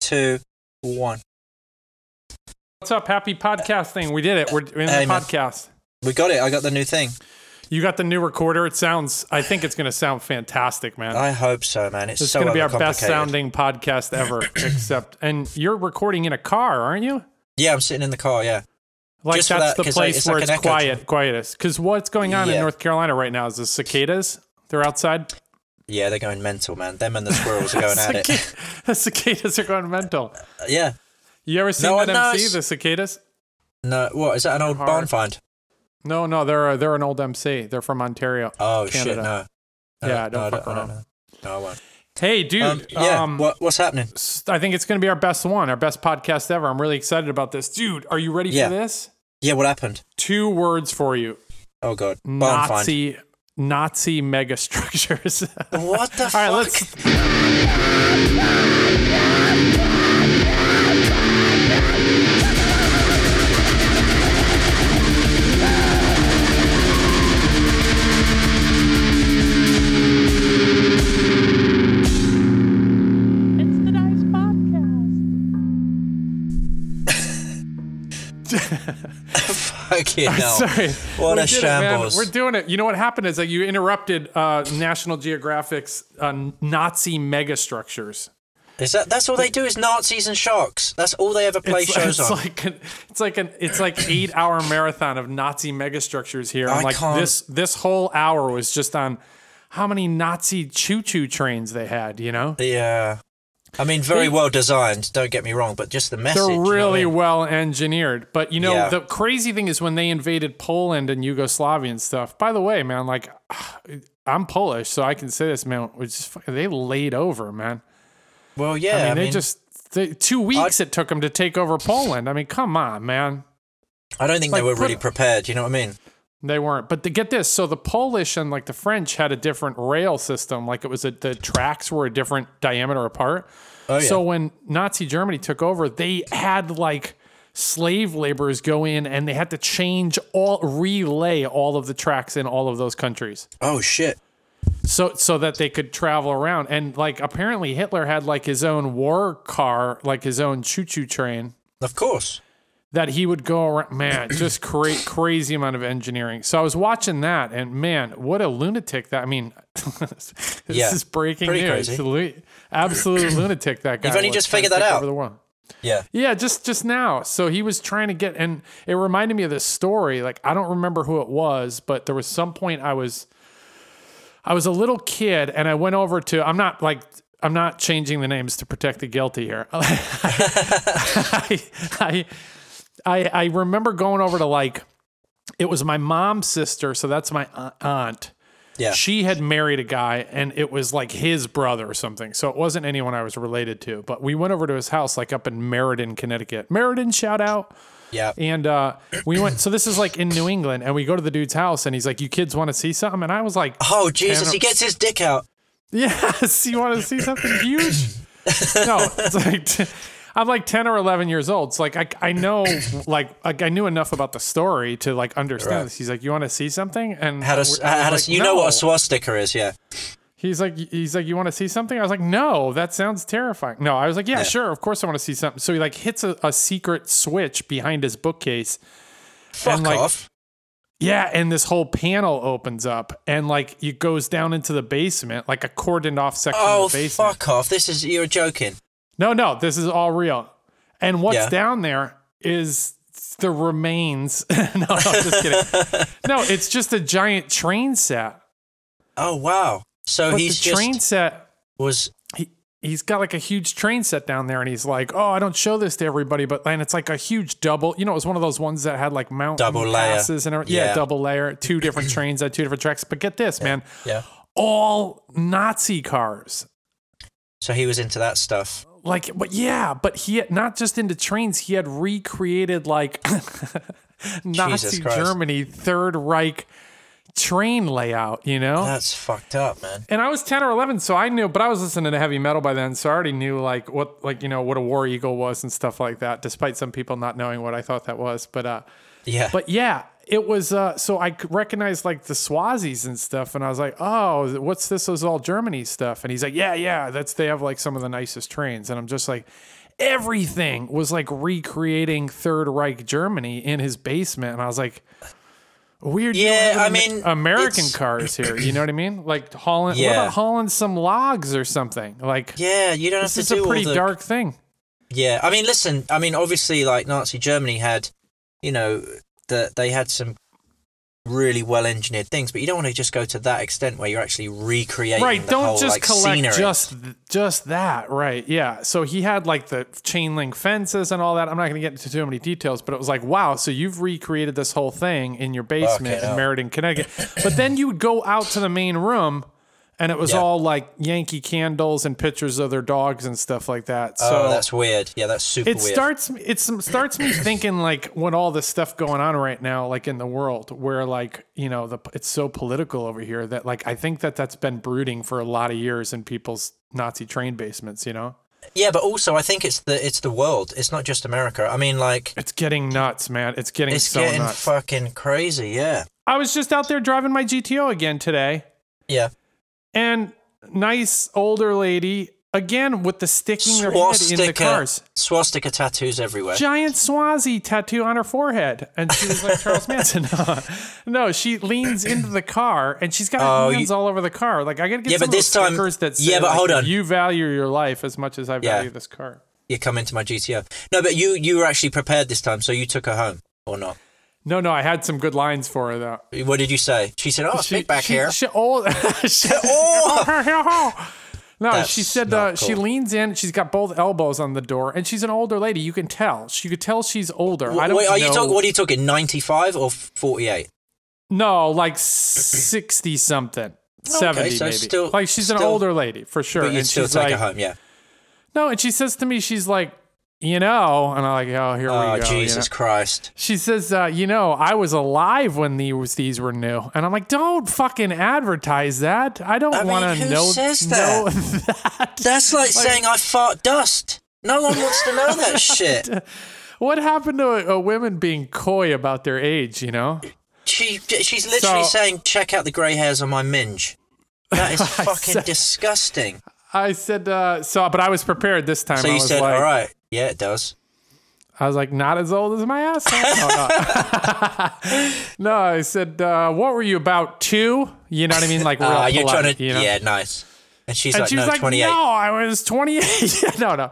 two, one. What's up? Happy podcasting. We did it. We're in the Hey, man. podcast. We got it. I got the new thing. You got the new recorder. It sounds, I think it's going to sound fantastic, man. I hope so, man. It's, It's so going to be our best overcomplicated. sounding podcast ever, except, and you're recording in a car, aren't you? Yeah, I'm sitting in the car. Yeah, Like Just for that's that, the 'cause, like, place it's where like it's an echo quiet, quietest. Because what's going on in Yeah. North Carolina right now is the cicadas. They're outside. yeah, they're going mental, man. Them and the squirrels are going at it. Cicada- the cicadas are going mental. Yeah. You ever seen No, that I know MC, it's- the cicadas? No, what is that? An old Hard. barn find? No, no, they're uh, they're an old MC. They're from Ontario. Oh shit, Canada. no. no Yeah, don't no, I fuck I around. know. No, I won't. Hey, dude. Um, yeah, um, what, what's happening? s- I think it's going to be our best one, our best podcast ever. I'm really excited about this. Dude, are you ready Yeah. for this? Yeah, what happened? Two words for you. Oh god, barn find. Nazi Nazi megastructures. What the fuck? All right, let's It's the Dice Podcast. Fucking hell. Sorry. What We a did it, man. shambles. We're doing it. You know what happened is that you interrupted uh, National Geographic's uh, Nazi megastructures. Is that that's all they do is Nazis and sharks? That's all they ever play It's, shows it's on. like an, it's like an it's like eight hour marathon of Nazi megastructures here. I I'm like can't- this this whole hour was just on how many Nazi choo choo trains they had. You know, yeah. I mean, very They- well designed. Don't get me wrong, but just the message. they're you know what I really mean? well engineered. But you know, Yeah. the crazy thing is when they invaded Poland and Yugoslavia and stuff. By the way, man, like I'm Polish, so I can say this, man. Which is, fucking- they laid over, man. well, yeah. I mean, they just. They, two weeks it took them to take over Poland. I mean, come on, man. I don't think like, they were put- really prepared. You know what I mean? They weren't. But to get this, so the Polish and like the French had a different rail system. Like it was a, the tracks were a different diameter apart. Oh yeah. So when Nazi Germany took over, they had like slave laborers go in and they had to change all relay all of the tracks in all of those countries oh shit. so so that they could travel around and like apparently Hitler had like his own war car like his own choo-choo train Of course. that he would go around. Man, just cra- crazy amount of engineering. So I was watching that, and man, what a lunatic that. I mean, this Yeah, is breaking pretty news. crazy. Lu- Absolute lunatic that guy. You've only was just trying to figured that take out. over the world. Yeah. Yeah, just just now. So he was trying to get, and it reminded me of this story. Like I don't remember who it was, but there was some point I was, I was a little kid, and I went over to. I'm not like I'm not changing the names to protect the guilty here. I, I, I, I remember going over to like, it was my mom's sister, so that's my au- aunt. Yeah. She had married a guy and it was like his brother or something. So it wasn't anyone I was related to. But we went over to his house, like up in Meriden, Connecticut. Meriden, shout out. Yeah. And uh, we went, so this is like in New England. And we go to the dude's house and he's like, You kids want to see something? And I was like, Oh Jesus! Tanner- He gets his dick out. Yes, you want to see something huge? no, it's like. T- I'm like 10 or 11 years old. So like I, I know like, like I knew enough about the story to like understand Right. this. He's like, "You want to see something?" And How we're- does? I was How does? like, You know what "No." a swastika is? Yeah. He's like, he's like, you want to see something? I was like, no, that sounds terrifying. No, I was like, yeah, sure, of course I want to see something. So he like hits a, a secret switch behind his bookcase. Fuck like, off. Yeah, and this whole panel opens up and like it goes down into the basement, like a cordoned off section Oh of the basement. fuck off. This is you're joking. No, no, this is all real. And what's Yeah. down there is the remains. no, no, I'm just kidding. no, it's just a giant train set. Oh wow. So But he's the train just set was he he's got like a huge train set down there and he's like oh i don't show this to everybody but and it's like a huge double you know it was one of those ones that had like mountain Double layer. passes and everything. yeah. Yeah. double layer two different trains at two different tracks but get this man yeah. all nazi cars So he was into that stuff. like but yeah but he had, not just into trains he had recreated like nazi Christ. germany third reich train layout you know That's fucked up, man. and I was 10 or 11, so I knew, but I was listening to heavy metal by then, so I already knew like what, like, you know, what a war eagle was and stuff like that, despite some people not knowing what I thought that was. But, uh, Yeah. but yeah, it was, uh, so I could recognize like the Swazis and stuff. And I was like, oh, what's this? This is all Germany stuff. And he's like, yeah, yeah, that's, they have like some of the nicest trains. And I'm just like, everything was like recreating Third Reich Germany in his basement, and I was like, weird. you don't Yeah, have I Am- mean, American it's- cars here. You know what I mean? Like hauling, what Yeah. about hauling some logs or something? Like Yeah, you don't this have is to do a pretty all the dark thing. Yeah, I mean, listen, I mean, obviously, like Nazi Germany had, you know, that they had some really well engineered things, but you don't want to just go to that extent where you're actually recreating. right the don't whole, just like, collect scenery. just just that right yeah so he had like the chain link fences and all that i'm not going to get into too many details but it was like wow so you've recreated this whole thing in your basement in hell. meriden connecticut but then you would go out to the main room and it was Yeah. all like yankee candles and pictures of their dogs and stuff like that so Oh, that's weird. Yeah, that's super it weird. starts it some- starts me thinking like when all this stuff going on right now like in the world where like you know the it's so political over here that like i think that that's been brooding for a lot of years in people's nazi train basements you know yeah, but also I think it's the it's the world. It's not just America. I mean, like it's getting nuts man it's getting it's so getting nuts fucking crazy. Yeah, i was just out there driving my gto again today yeah. and nice older lady again with the sticking her head in the Swastika, cars swastika tattoos everywhere. giant Swazi tattoo on her forehead, and she was like Charles Manson. no, she leans into the car, and she's got Oh, hands all over the car. Like I gotta get Yeah, some but of those this time- stickers that say, yeah, but like, hold on. you value your life as much as I Yeah. value this car. You come into my GTO. No, but you you were actually prepared this time, so you took her home or not? No, no, I had some good lines for her though. What did you say? She said, "Oh, She speak back she, here." Oh! She, oh, she- No, That's she said not uh, she cool. leans in. She's got both elbows on the door, and she's an older lady. You can tell. She could tell she's older. I don't Wait, are know. you talking? What are you talking? Ninety-five or forty-eight? No, like sixty something. 70 so maybe. still- like she's an still- older lady for sure. But you'd and still she's take like, her home, yeah. No, and she says to me, she's like, you know, and I'm like, oh, here Oh we go. you know. Jesus Christ! She says, uh, you know, I was alive when these these were new, and I'm like, don't fucking advertise that. I don't I mean, want to who know says know that. That's like, saying I fart dust. No one wants to know that shit. What happened to uh, women being coy about their age? You know, She she's literally So- saying, "Check out the grey hairs on my minge." That is fucking said- disgusting. I said uh, so, but I was prepared this time. So I you was said, like, "All right, yeah, it does." I was like, not as old as my ass. no. no, I said, uh, what were you about two? You know what I mean? Like, real Ah, you're polite, trying to, you know? yeah, nice. And she's And like, she was "No, like, 28." no, I was 28. Yeah, no, no.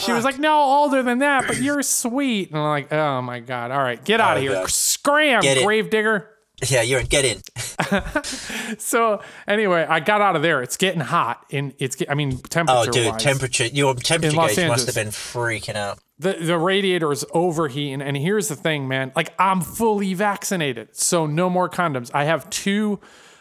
She was like, no, older than that, but you're sweet. And I'm like, oh my God. All right, get out of Oh, here. God. Scram, Get it. gravedigger. Yeah, you're in. Get in. So anyway, I got out of there. It's getting hot. And it's, get, I mean, temperature Oh, dude, temperature. Your temperature Los gauge must Angeles. have been freaking out. the, the radiator is overheating. And here's the thing, man. Like I'm fully vaccinated, so no more condoms. I have two,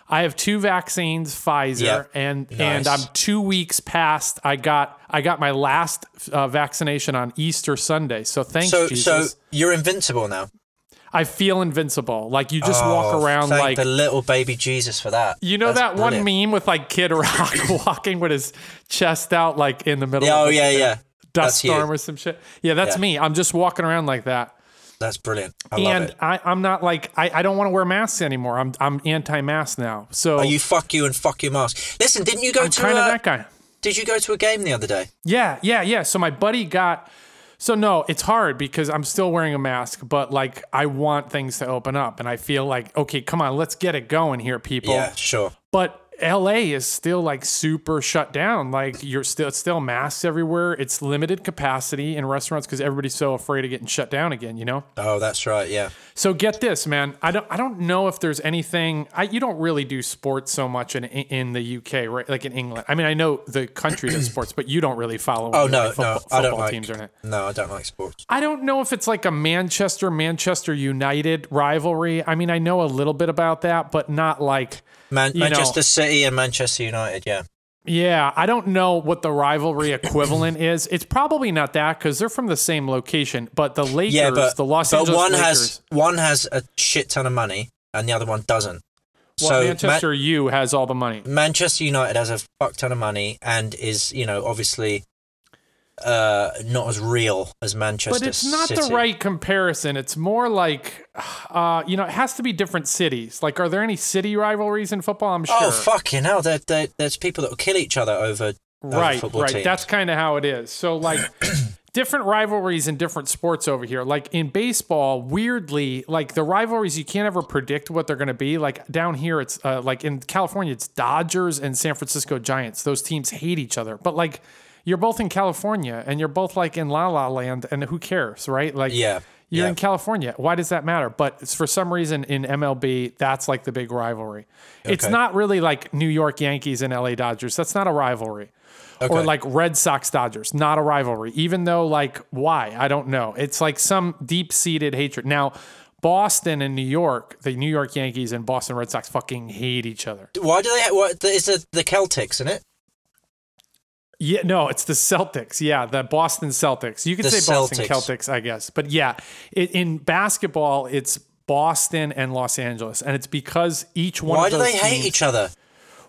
I have two vaccines, Pfizer, Yeah. and and Nice. I'm two weeks past. I got I got my last uh, vaccination on Easter Sunday. So thanks, So, Jesus. so you're invincible now. I feel invincible. Like you just walk Oh, around thank like the little baby Jesus for that. you know That's that one brilliant. meme with like Kid Rock walking with his chest out, like in the middle. Yeah, of oh a yeah, yeah. Dust That's you. storm or some shit. Yeah, that's Yeah. me. I'm just walking around like that. That's brilliant. I love and it. I, I'm not like I, I don't want to wear masks anymore. I'm I'm anti-mask now. So Oh, you fuck you and fuck your mask. Listen, didn't you go I'm to? kind of a, that guy. Did you go to a game the other day? Yeah, yeah, yeah. So my buddy got. So no, it's hard because I'm still wearing a mask, but like I want things to open up, and I feel like okay, come on, let's get it going here, people. Yeah, sure. But LA is still like super shut down. Like you're still it's still masks everywhere. It's limited capacity in restaurants because everybody's so afraid of getting shut down again. You know. Oh, that's right. Yeah. So get this, man. I don't. I don't know if there's anything. I, you don't really do sports so much in in the UK, right? Like in England. I mean, I know the country does sports, but you don't really follow. Oh any, no, like, football, no, I don't football like. teams or anything. no, I don't like sports. I don't know if it's like a Manchester Manchester United rivalry. I mean, I know a little bit about that, but not like. Man- You know- Manchester City and Manchester United. Yeah. Yeah, I don't know what the rivalry equivalent is. It's probably not that because they're from the same location. But the Lakers, Yeah, but the Los but Angeles one Lakers, has one has a shit ton of money and the other one doesn't. well, so Ma- Manchester U has all the money. Manchester United has a fuck ton of money and is, you know, obviously uh, not as real as Manchester. but it's not City. the right comparison. It's more like, uh, you know, it has to be different cities. Like, are there any city rivalries in football? I'm sure. Oh fucking hell! There, there, there's people that will kill each other over right football right teams. that's kind of how it is so like different rivalries in different sports over here like in baseball weirdly like the rivalries you can't ever predict what they're going to be like down here it's uh, like in california it's dodgers and san francisco giants those teams hate each other but like you're both in california and you're both like in la la land and who cares right like Yeah, you're yeah. in California. Why does that matter? But it's for some reason in MLB, that's like the big rivalry. It's Okay. not really like New York Yankees and LA Dodgers. That's not a rivalry. Or Okay. like Red Sox Dodgers, not a rivalry. Even though, like, why? I don't know. It's like some deep seated hatred. Now, Boston and New York, the New York Yankees and Boston Red Sox fucking hate each other. Why do they? Ha- what is the, the Celtics in it? Yeah, no, it's the Celtics. Yeah, the Boston Celtics. You could The say Boston Celtics. Celtics, I guess. But yeah, it, in basketball, it's Boston and Los Angeles, and it's because each one. Why of do those they hate teams- each other?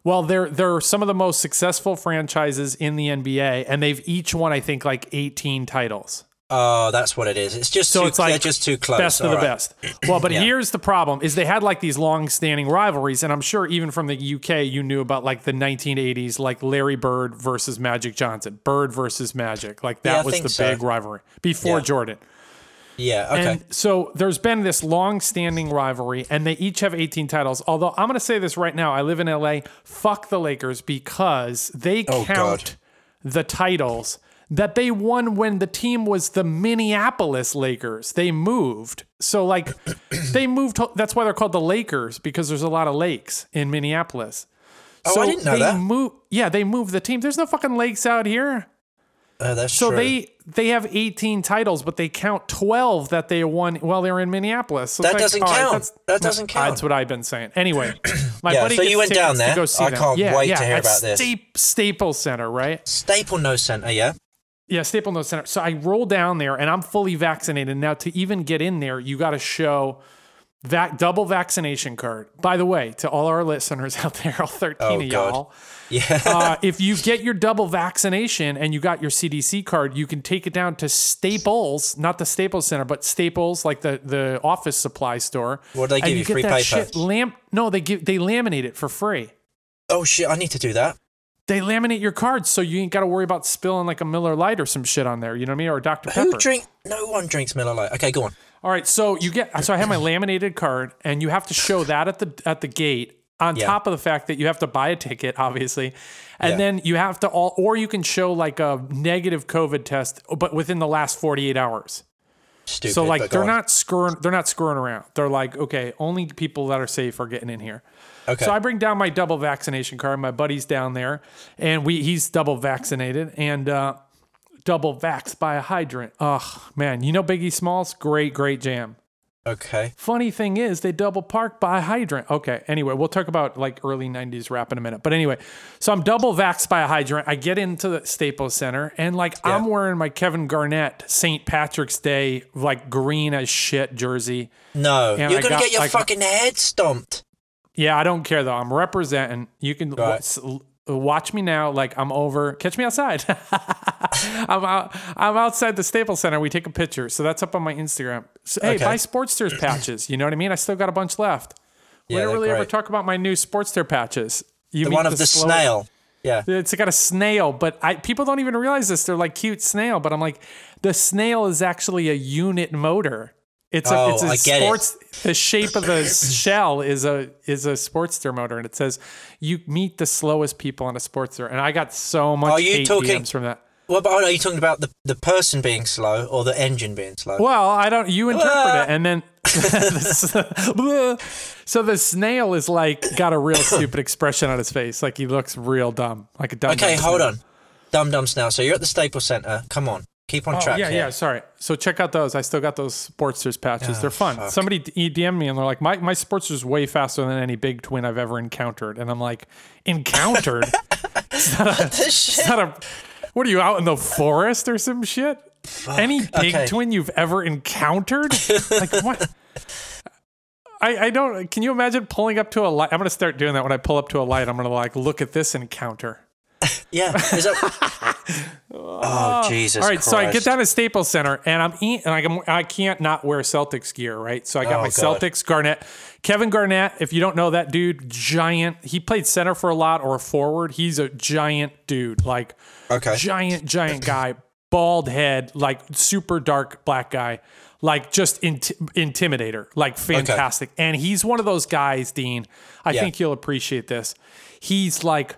Well, they're they're some of the most successful franchises in the NBA, and they've each won, I think, like eighteen titles. Oh, that's what it is. It's just So too, it's like they're just too close. Best of All the right. best. Well, but Yeah. here's the problem: is they had like these long-standing rivalries, and I'm sure even from the UK, you knew about like the 1980s, like Larry Bird versus Magic Johnson, Bird versus Magic, like that Yeah, I was think the so. big rivalry before Yeah. Jordan. Yeah. Okay. And so there's been this long-standing rivalry, and they each have 18 titles. Although I'm going to say this right now, I live in LA. Fuck the Lakers because they Oh, God. count the titles that they won when the team was the Minneapolis Lakers. They moved, so like they moved. That's why they're called the Lakers because there's a lot of lakes in Minneapolis. Oh, I so didn't know they that. Move, yeah, they moved the team. There's no fucking lakes out here. oh, that's So true. they they have 18 titles, but they count 12 that they won while they were in Minneapolis. So it's That like, doesn't all count. that's- That doesn't uh, count. That's what I've been saying. Anyway, my Yeah, buddy so gets you went down tickets to there. go see I them. can't yeah, wait to yeah, hear at about this. Sta- Staples Center, right? Staple No Center. Yeah. Yeah, Staple No Center. So I roll down there and I'm fully vaccinated. Now to even get in there, you got to show vac- double vaccination card. By the way, to all our listeners out there, all 13 Oh, God. of y'all, Yeah. uh, if you get your double vaccination and you got your CDC card, you can take it down to Staples, not the Staples Center, but Staples, like the the office supply store. What do they and give you you, get free that paper? shit lamp. No, they give they laminate it for free. oh shit! I need to do that. They laminate your cards so you ain't got to worry about spilling like a Miller Lite or some shit on there. You know what I mean? Or a Dr Pepper. Who drink? No one drinks Miller Lite. Okay, go on. All right, so you get so I have my laminated card, and you have to show that at the at the gate. On Yeah. top of the fact that you have to buy a ticket, obviously, and Yeah. then you have to all, or you can show like a negative COVID test, but within the last forty eight hours. Stupid. so like but go they're on. not screwing, they're not screwing around. They're like, okay, only people that are safe are getting in here. Okay. So I bring down my double vaccination card. My buddy's down there, and we he's double vaccinated and uh, double vaxxed by a hydrant. Oh man, you know Biggie Smalls, great great jam. okay. Funny thing is, they double park by a hydrant. Okay. Anyway, we'll talk about like early 90s rap in a minute. But anyway, so I'm double vaxxed by a hydrant. I get into the Staples Center and like I'm Yeah. wearing my Kevin Garnett St. Patrick's Day, like green as shit jersey. No, And you're I gonna got, get your like- fucking head stomped. Yeah, I don't care though. I'm representing. You can wa- Right. s- l- watch me now. Like I'm over. Catch me outside. I'm out. I'm outside the Staples Center. We take a picture. So that's up on my Instagram. So, hey, Okay. buy Sportsters patches. You know what I mean? I still got a bunch left. We Yeah, don't they're really ever great. talk about my new Sportster patches. You The mean one of the, slow- snail. Yeah. It's got a snail, but I people don't even realize this. They're like cute snail, but I'm like, the snail is actually a unit motor. It's a Oh, it's a I get it. sports the shape of the shell is a is a sportster motor and it says you meet the slowest people on a sportster and I got so much Are you hate talking- DMs from that. What about? Are you talking about the the person being slow or the engine being slow? Well, I don't. You interpret Ah. it, and then so the snail is like got a real stupid expression on his face, like he looks real dumb, like a dumb. Okay, dumb hold snail. on. Dum Dum Snail. So you're at the Staples Center. Come on. Keep on Oh, track yeah, here. yeah. Sorry. So check out those. I still got those Sportsters patches. they're fun. fuck. Somebody d- DM'd me and they're like, my, my Sportster's way faster than any big twin I've ever encountered. And I'm like, encountered? This shit- Is that a- what are you out in the forest or some shit? Any big okay. twin you've ever encountered? like what? I, I don't. Can you imagine pulling up to a light? I'm gonna start doing that when I pull up to a light. I'm gonna like look at this encounter. Yeah. Is that... oh, Jesus. All right, so I get Christ. down to Staples Center and I'm eating, and I can, I can't not wear Celtics gear, right? So I got Oh, my God. Celtics Garnett, Kevin Garnett. If you don't know that dude, giant. He played center for a lot or forward. He's a giant dude, like Okay. giant, giant guy, bald head, like super dark black guy, like just inti- intimidator, like fantastic. And he's one of those guys, Dean. I Yeah. think you'll appreciate this. He's like,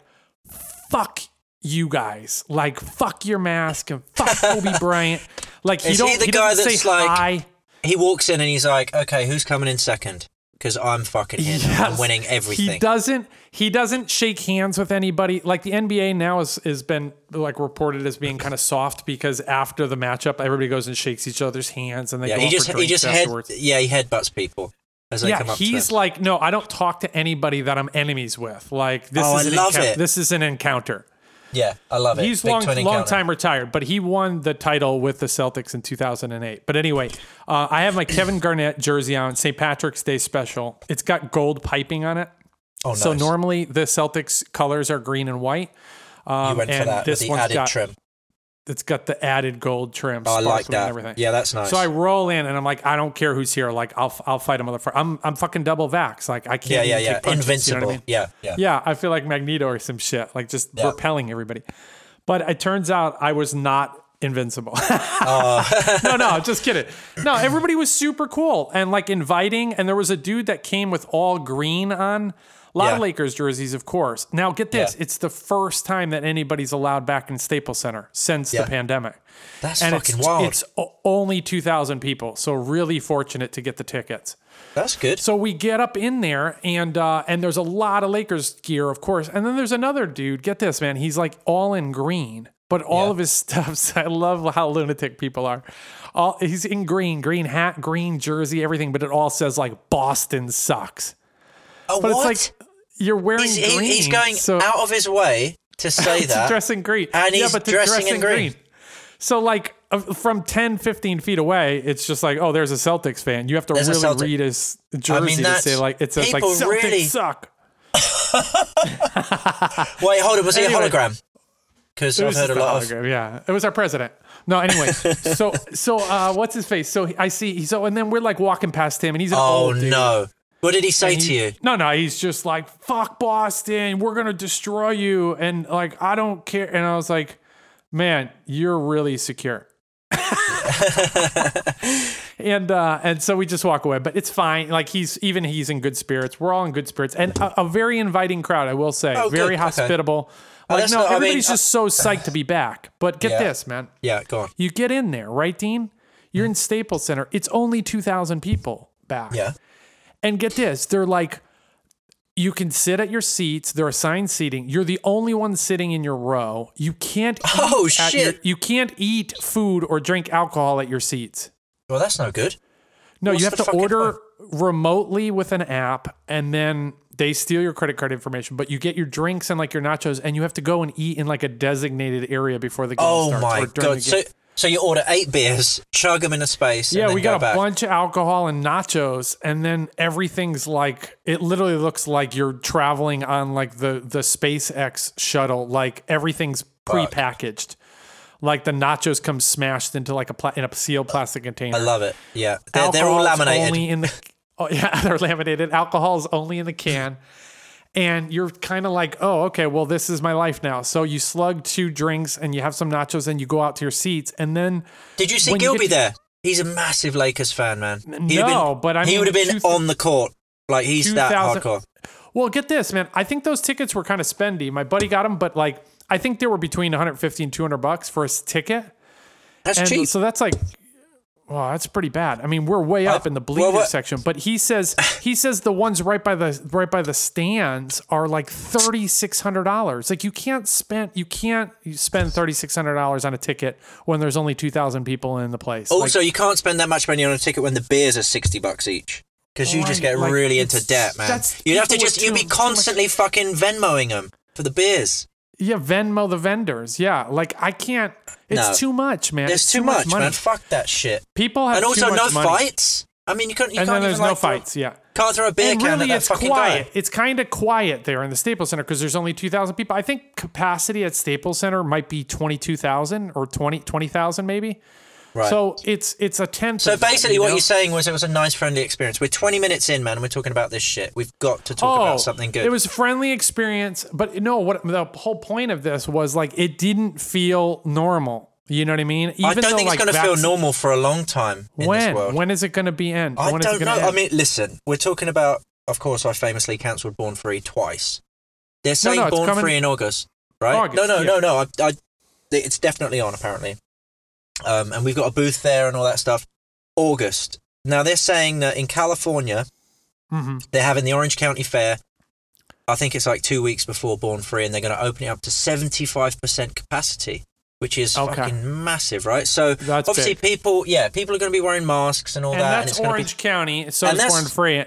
fuck you guys, like fuck your mask and fuck Kobe Bryant. Like he Is don't. he the he doesn't guy that's say like- hi. He walks in and he's like, okay, who's coming in second? Because I'm fucking here. now. I'm Yes. winning everything. He doesn't. He doesn't shake hands with anybody. Like the NBA now has has been like reported as being kind of soft because after the matchup, everybody goes and shakes each other's hands and they yeah, go he out just he for drinks just head afterwards. yeah he headbutts people as they come yeah, up. to he's them. like, no, I don't talk to anybody that I'm enemies with. Like this Oh, is I an love encounter. it. This is an encounter. yeah, I love it. He's Big long, twin long encounter. time retired, but he won the title with the Celtics in 2008. But anyway, uh, I have my Kevin Garnett jersey on St. Patrick's Day special. It's got gold piping on it. Oh, nice. So normally the Celtics colors are green and white. Um, you went for and that with this the one's added got trim. it's got the added gold trim, Oh, I like sparkling and that. everything. Yeah, that's nice. So I roll in and I'm like, I don't care who's here. Like, I'll I'll fight a motherfucker. I'm I'm fucking double vax. Like, I can't. yeah, yeah, even yeah. take punches, You Invincible. know what I mean? Yeah, yeah. Yeah, I feel like Magneto or some shit, like just Yeah. repelling everybody. But it turns out I was not invincible. Oh. no, no, I'm just kidding. No, everybody was super cool and like inviting. And there was a dude that came with all green on. A lot of Yeah. Lakers jerseys, of course. Now, get this. Yeah. It's the first time that anybody's allowed back in Staples Center since Yeah. the pandemic. That's and fucking it's, wild. It's o- only 2,000 people. So, really fortunate to get the tickets. that's good. So we get up in there, and uh, and there's a lot of Lakers gear, of course. And then there's another dude. Get this, man. He's like all in green, but all Yeah. of his stuffs. I love how lunatic people are. All he's in green, green hat, green jersey, everything. But it all says like Boston sucks. Oh, But what? it's like you're wearing he's, green. he, he's going so out of his way to say to that. dress in green. And yeah, he's but to dressing dress in green. So like uh, from 10, 15 feet away, it's just like, oh, there's a Celtics fan. You have to There's a really Celtic. read his jersey I mean, to that's- say like it says like people Celtics really- suck. Wait, hold on. Was he Anyway. a hologram? Because I've It was heard a just lot the of. hologram, yeah, it was our president. No, anyway, so so uh, what's his face? So he- I see. So and then we're like walking past him, and he's an Oh old dude. no! What did he say And to he- you? No, no, he's just like, fuck Boston, we're gonna destroy you. And like, I don't care. And I was like, man, you're really secure. and uh and so we just walk away but it's fine like he's even he's in good spirits we're all in good spirits and a, a very inviting crowd i will say Oh, good. very Okay. hospitable like that's no not- I mean, everybody's uh, just so psyched to be back but get Yeah. this man Yeah, go on. you get in there right dean you're in staples center it's only 2000 people back Yeah. and get this, they're like, you can sit at your seats. They're assigned seating. You're the only one sitting in your row. You can't. Eat Oh, at your- shit. you can't eat food or drink alcohol at your seats. Well, that's no good. No, What's you have the to fucking order remotely with an app, and then they steal your credit card information. But you get your drinks and like your nachos, and you have to go and eat in like a designated area before the game Oh starts. my or during god! The So, game. so you order eight beers, chug them in a space. and Yeah, then we got go a back. bunch of alcohol and nachos, and then everything's like it literally looks like you're traveling on like the the SpaceX shuttle. Like everything's prepackaged. Like the nachos come smashed into like a pla- in a sealed plastic container. I love it. Yeah, they're, they're all Alcohol's laminated. Only in the, oh, yeah, they're laminated. Alcohol's only in the can. And you're kind of like, oh, okay, well, this is my life now. So you slug two drinks and you have some nachos and you go out to your seats. And then Did you see when you Gilby get to- there? He's a massive Lakers fan, man. He'd have no, been, but I he mean, would have been two- on the court. Like he's that 2000 hardcore. Well, get this, man. I think those tickets were kind of spendy. My buddy got them, but like I think they were between 150 and 200 bucks for a ticket. That's And cheap. so that's like Wow, that's pretty bad. I mean, we're way up in the bleacher what- section, but he says he says the ones right by the right by the stands are like thirty six hundred dollars. Like you can't spend you can't spend thirty six hundred dollars on a ticket when there's only two thousand people in the place. also, like, you can't spend that much money on a ticket when the beers are sixty bucks each. Because you just Right, get like, really into it's- debt, man. that's You'd have to people with just you'd too- be too much- constantly fucking Venmoing them for the beers. yeah, Venmo the vendors. Yeah, like I can't. It's No. too much, man. There's It's too, much, money. man. Fuck that shit. People have And too also much no money. fights. I mean, you can't. You and can't then there's even no like, fights. Yeah. can't throw a beer and can really, at that it's fucking quiet. guy. It's kind of quiet there in the Staples Center because there's only 2,000 people. I think capacity at Staples Center might be 22,000 or 20 20,000 maybe. Right. So it's it's a tenth. So of that, basically, you what know? you're saying was it was a nice, friendly experience. We're 20 minutes in, man. and We're talking about this shit. We've got to talk about something good. Oh, It was a friendly experience, but no, what the whole point of this was like it didn't feel normal. You know what I mean? Even I don't though, think like, it's going to feel vac- normal for a long time in this When? world. When is it going to be end? I When is it don't know. gonna I end? mean, listen, we're talking about. Of course, I famously cancelled Born Free twice. They're saying no, it's Born coming- Free in August, right? August, no, no, yeah. no, no. I, I, it's definitely on apparently, um, and we've got a booth there and all that stuff. August. Now they're saying that in California Mhm. they're having the Orange County Fair. I think it's like two weeks before Born Free, and they're going to open it up to seventy-five percent capacity, which is Okay. fucking massive, right? So That's obviously, big. people, yeah, people are going to be wearing masks and all And that, and that's it's going to be Orange County, so And it's that's- Orange Free.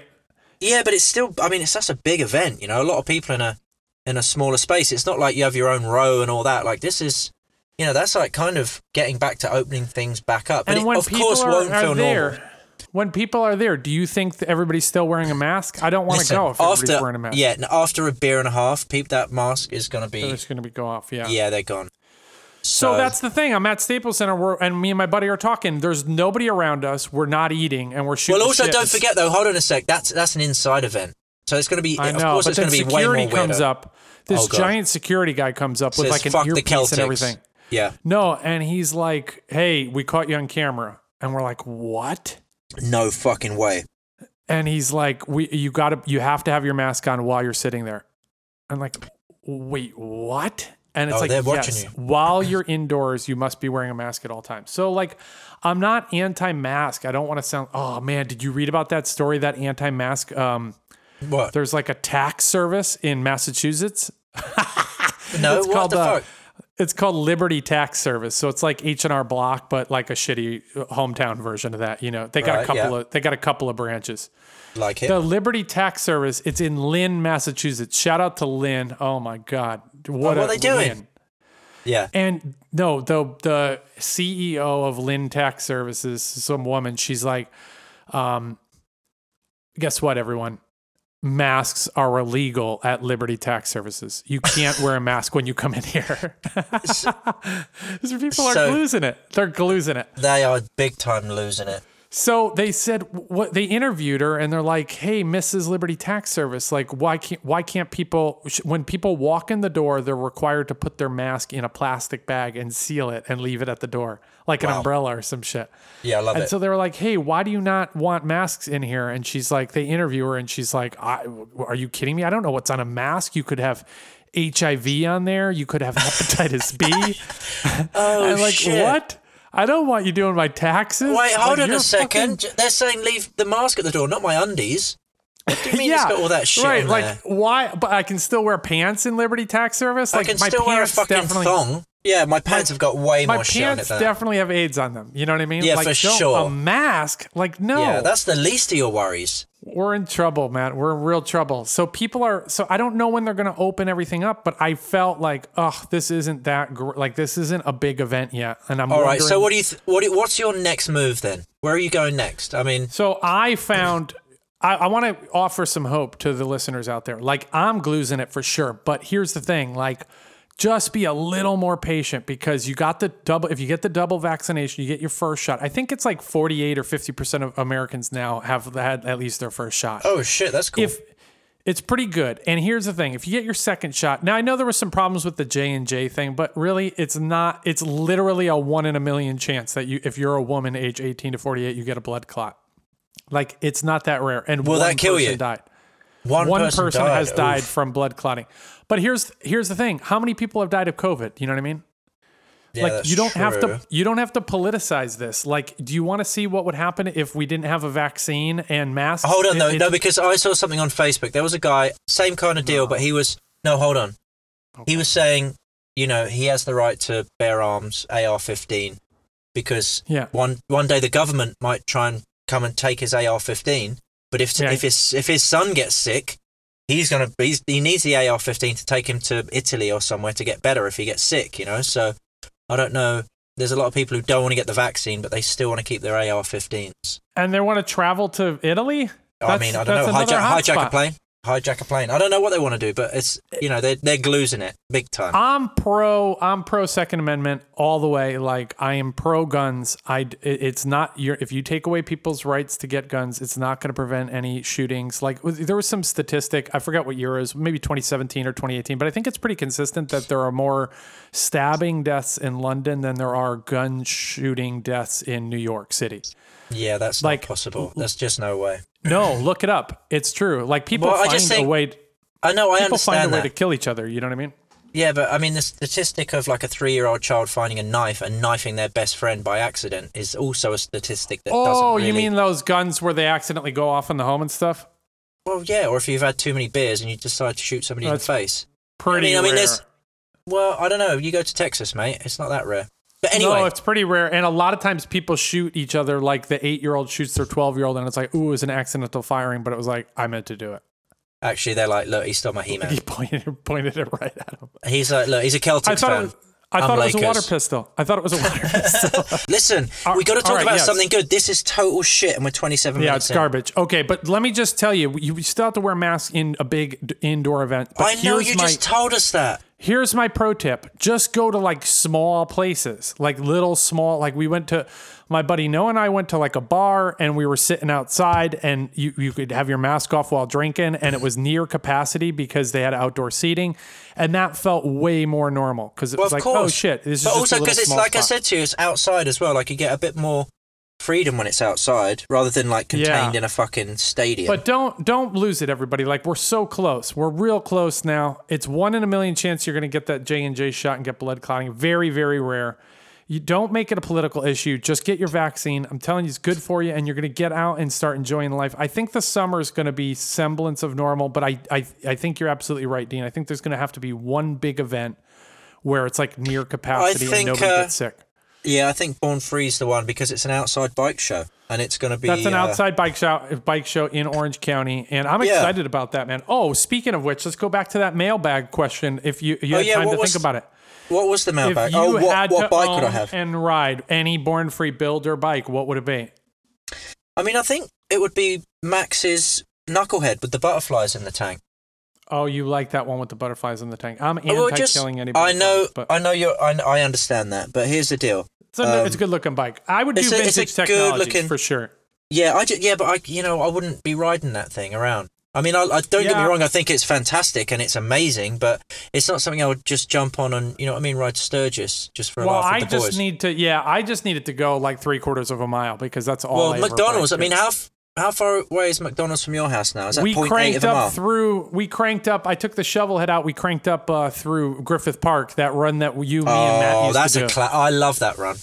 yeah, but it's still. I mean, it's such a big event. You know, a lot of people in a in a smaller space. It's not like you have your own row and all that. Like this is, you know, that's like kind of getting back to opening things back up. But And it, when of people course, are, won't are feel there, normal. when people are there, do you think that everybody's still wearing a mask? I don't want to Listen, go if everybody's after wearing a mask. yeah, n- after a beer and a half, peep that mask is gonna They're be. just going to be go off. Yeah. Yeah, they're gone. So that's the thing. I'm at Staples Center, we and me and my buddy are talking. There's nobody around us. We're not eating, and we're shooting. well. Also, shit. don't forget though. Hold on a sec. That's that's an inside event. So it's gonna be. I know, of course, but it's then gonna be way more security weirder. comes up. This Oh, God. giant security guy comes up with Says, like an fuck the earpiece Celtics. and everything. Yeah. No, and he's like, "Hey, we caught you on camera," and we're like, "What?" No fucking way. And he's like, "We, you got to, you have to have your mask on while you're sitting there." I'm like, "Wait, what?" And it's Oh, like, they're watching "Yes, you." while you're indoors, you must be wearing a mask at all times." So like, I'm not anti-mask. I don't want to sound. Oh man, did you read about that story? That anti-mask. Um, What? there's like a tax service in Massachusetts. No. it's What called the uh, fuck? it's called Liberty Tax Service. So it's like H and R Block, but like a shitty uh, hometown version of that. You know, they got a Right, couple yeah. of they got a couple of branches. Like it. The Liberty Tax Service. It's in Lynn, Massachusetts. Shout out to Lynn. Oh my God, what, what a are they doing? win. yeah. And no, the the CEO of Lynn Tax Services, some woman, she's like, um, guess what, everyone? Masks are illegal at Liberty Tax Services. You can't wear a mask when you come in here. These people are so- losing it. They're losing it. They are big time losing it. So they said what they interviewed her, and they're like, "Hey, Mrs. Liberty Tax Service, like, why can't why can't people sh- when people walk in the door, they're required to put their mask in a plastic bag and seal it and leave it at the door, like an Wow. umbrella or some shit." Yeah, I love And it. so they were like, "Hey, why do you not want masks in here?" And she's like, they interview her, and she's like, I, "Are you kidding me? I don't know what's on a mask. You could have." HIV on there, you could have hepatitis B. oh I'm like, shit. what? I don't want you doing my taxes. Wait, hold Like, on you're a fucking- second. They're saying leave the mask at the door, not my undies. What do you mean it's got all that shit right? on like there? why? But I can still wear pants in Liberty Tax Service. I Like can my still wear a pants fucking definitely, thong. Yeah, my pants have got way My more shit on it pants than definitely have AIDS on them. You know what I mean? Yeah, like, for don't- sure. A mask, like no, Yeah, that's the least of your worries. we're in trouble, Matt. We're in real trouble. So people are. So I don't know when they're going to open everything up, but I felt like, oh, this isn't that gr- like this isn't a big event yet, and I'm All right, wondering, so what do you th- what do- what's your next move then? Where are you going next? I mean, So I found I, I want to offer some hope to the listeners out there. Like I'm losing it for sure, but here's the thing: like just be a little more patient because you got the double. If you get the double vaccination, you get your first shot. I think it's like 48 or 50 percent of Americans now have had at least their first shot. oh shit, that's cool. If it's pretty good. And here's the thing: if you get your second shot, now I know there was some problems with the J and J thing, but really, it's not. It's literally a one in a million chance that you, if you're a woman age 18 to 48, you get a blood clot. Like it's not that rare. And Will one that kill person you? Died. one, One person, person, died. has died Oof. from blood clotting. But here's here's the thing: how many people have died of COVID? You know what I mean? Yeah, like that's you don't have true. to you don't have to politicize this. Like, do you want to see what would happen if we didn't have a vaccine and masks? Hold on It- though, it- no, because I saw something on Facebook. There was a guy, same kind of deal, but he was no, hold on. He was saying, you know, he has the right to bear arms, AR-15, because Yeah. one one day the government might try and come and take his AR-15. But if Yeah. if his if his son gets sick, he's gonna he's, he needs the AR-15 to take him to Italy or somewhere to get better if he gets sick. You know, so I don't know. There's a lot of people who don't want to get the vaccine, but they still want to keep their AR-15s. and they want to travel to Italy. I That's- mean, I that's don't know, another hijack, hijack hotspot. a plane, hijack a plane. I don't know what they want to do, but it's you know they they're losing it big time. I'm pro. I'm pro Second Amendment all the way. Like I am pro guns. I. d- it- It's not your. If you take away people's rights to get guns, it's not going to prevent any shootings. Like was- there was some statistic. I forgot what year it was. Maybe 2017 or 2018. But I think it's pretty consistent that there are more stabbing deaths in London than there are gun shooting deaths in New York City. yeah, that's like- not possible. There's just no way. No, look it up. It's true. Like people Well, I find just a think- way. I know, I People find understand a way that. to kill each other. You know what I mean? Yeah, but I mean, the statistic of like a three-year-old child finding a knife and knifing their best friend by accident is also a statistic that doesn't Oh, really. you mean those guns where they accidentally go off in the home and stuff? Well, yeah, or if you've had too many beers and you decide to shoot somebody That's- in the face. Pretty I mean, I mean, rare. there's- Well, I don't know. You go to Texas, mate. It's not that rare. But anyway, No, it's pretty rare. And a lot of times people shoot each other like the eight year old shoots their 12 year old, and it's like, ooh, it was an accidental firing, but it was like, I meant to do it. actually, they're like, look, he stole my He-Man. He pointed, pointed it right at him. He's like, look, he's a Celtics I thought, fan. it was, I I'm thought it was a water Lakers. pistol. I thought it was a water pistol. Listen, we got to talk alright, about yes. something good. This is total shit, and we're 27 yeah, minutes it's in. garbage. Okay, but let me just tell you, you still have to wear masks in a big d- indoor event. But I know here's you my, just told us that. here's my pro tip just go to like small places like little small like we went to my buddy noah and i went to like a bar and we were sitting outside and you, you could have your mask off while drinking and it was near capacity because they had outdoor seating and that felt way more normal because it Well, was of like course. oh shit this is but just also a little because it's small like I spot. said to you, it's outside as well. Like you get a bit more freedom when it's outside rather than like contained Yeah. in a fucking stadium. But don't don't lose it, everybody. Like we're so close. We're real close now. It's one in a million chance you're going to get that J and J shot and get blood clotting. Very very rare. You don't make it a political issue. Just get your vaccine. I'm telling you, it's good for you, and you're going to get out and start enjoying life. I think the summer is going to be semblance of normal, but I I I think you're absolutely right, Dean. I think there's going to have to be one big event where it's like near capacity think, and nobody uh, gets sick. yeah, I think Born Free's the one because it's an outside bike show and it's going to be. That's an uh, outside bike show bike show in Orange County, and I'm Yeah. excited about that, man. Oh, speaking of which, let's go back to that mailbag question. If you you Oh, had yeah, time what to was- think about it, What was the if mailbag? you Oh, had what, to what bike own would I have? and ride any born free builder bike, what would it be? I mean, I think it would be Max's knucklehead with the butterflies in the tank. Oh, you like that one with the butterflies in the tank? I'm Oh, well, anti just- killing I anybody. know, but I know you're. I, I understand that, but here's the deal. it's a, um, it's a good looking bike. I would do it's a- it's a vintage good technology looking- for sure. Yeah, I ju- yeah, but I you know I wouldn't be riding that thing around. I mean, I, I don't get me Yeah. wrong. I think it's fantastic and it's amazing, but it's not something I would just jump on and you know what I mean. Ride to Sturgis just for a Well, laugh with I the just boys. need to. Yeah, I just needed to go like three quarters of a mile because that's all. well, I ever McDonald's. I ride to. mean, how f- how far away is McDonald's from your house now? Is that we point eight cranked of a up mile? through we cranked up i took the shovel head out we cranked up uh, through griffith park that run that you me and matt oh, used that's to a do. cla- I love that run.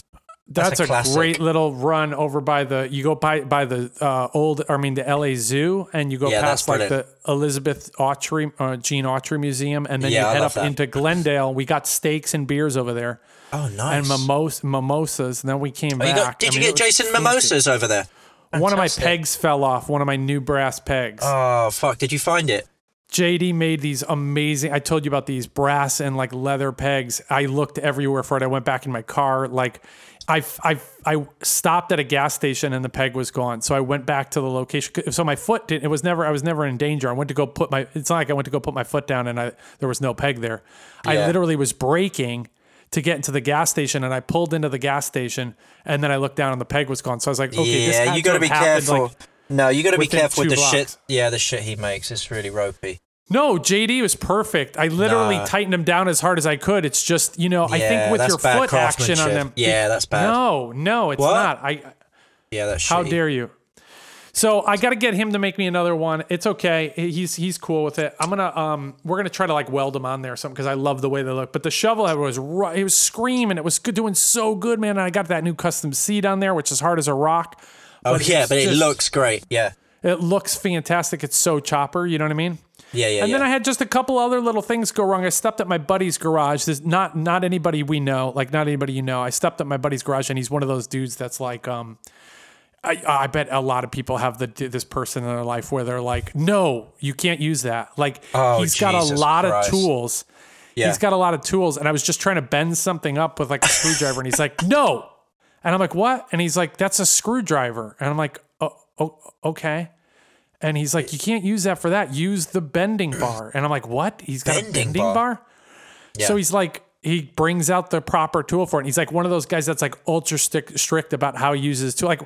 that's, a a, classic. great little run over by the you go by by the uh, old i mean the la zoo and you go Yeah, past that's like the elizabeth autry uh, gene autry museum and then Yeah, I you head up love that. into glendale we got steaks and beers over there Oh, and nice. mimos- mimosas and then we came Oh, back you got, I did mean, you it get was Jason fancy. Mimosas over there? one of my Fantastic. pegs fell off one of my new brass pegs Oh fuck! Did you find it? JD made these amazing. I told you about these brass and like leather pegs. I looked everywhere for it. I went back in my car. Like, I I I stopped at a gas station and the peg was gone. So I went back to the location. So my foot didn't. It was never. I was never in danger. I went to go put my. It's not like I went to go put my foot down and I there was no peg there. I Yeah. literally was braking to get into the gas station and I pulled into the gas station and then I looked down and the peg was gone. So I was like, okay, this yeah, had you got to have be happened, careful. like, no, you got to be within careful with two the blocks. shit. Yeah, the shit he makes. It's really ropey. No, JD was perfect. I literally Nah. tightened him down as hard as I could. It's just, you know, I Yeah, think with that's your bad foot action on craftsmanship. them. Yeah, that's bad. No, no, it's What? not. I Yeah, that's how shitty. dare you? So I got to get him to make me another one. It's okay. He's he's cool with it. I'm gonna um we're gonna try to like weld them on there or something because I love the way they look. But the shovel head was right. It was screaming. It was good, doing so good, man. And I got that new custom seat on there, which is hard as a rock. Oh yeah, it's but it just- looks great. Yeah, It looks fantastic. It's so chopper. You know what I mean? yeah, yeah. And yeah. then I had just a couple other little things go wrong. I stopped at my buddy's garage. There's not not anybody we know, like not anybody you know. I stopped at my buddy's garage, and he's one of those dudes that's like, um, I I bet a lot of people have the this person in their life where they're like, no, you can't use that. Like Oh, he's got a Jesus lot Christ. of tools. yeah. He's got a lot of tools, and I was just trying to bend something up with like a screwdriver, and he's like, no, and I'm like, what? And he's like, that's a screwdriver, and I'm like, oh, oh okay. And he's like, you can't use that for that. Use the bending bar. And I'm like, what? He's got a Bending bending bar? bar? So Yeah. he's like, he brings out the proper tool for it. And he's like one of those guys that's like ultra strict, strict about how he uses tool. Like,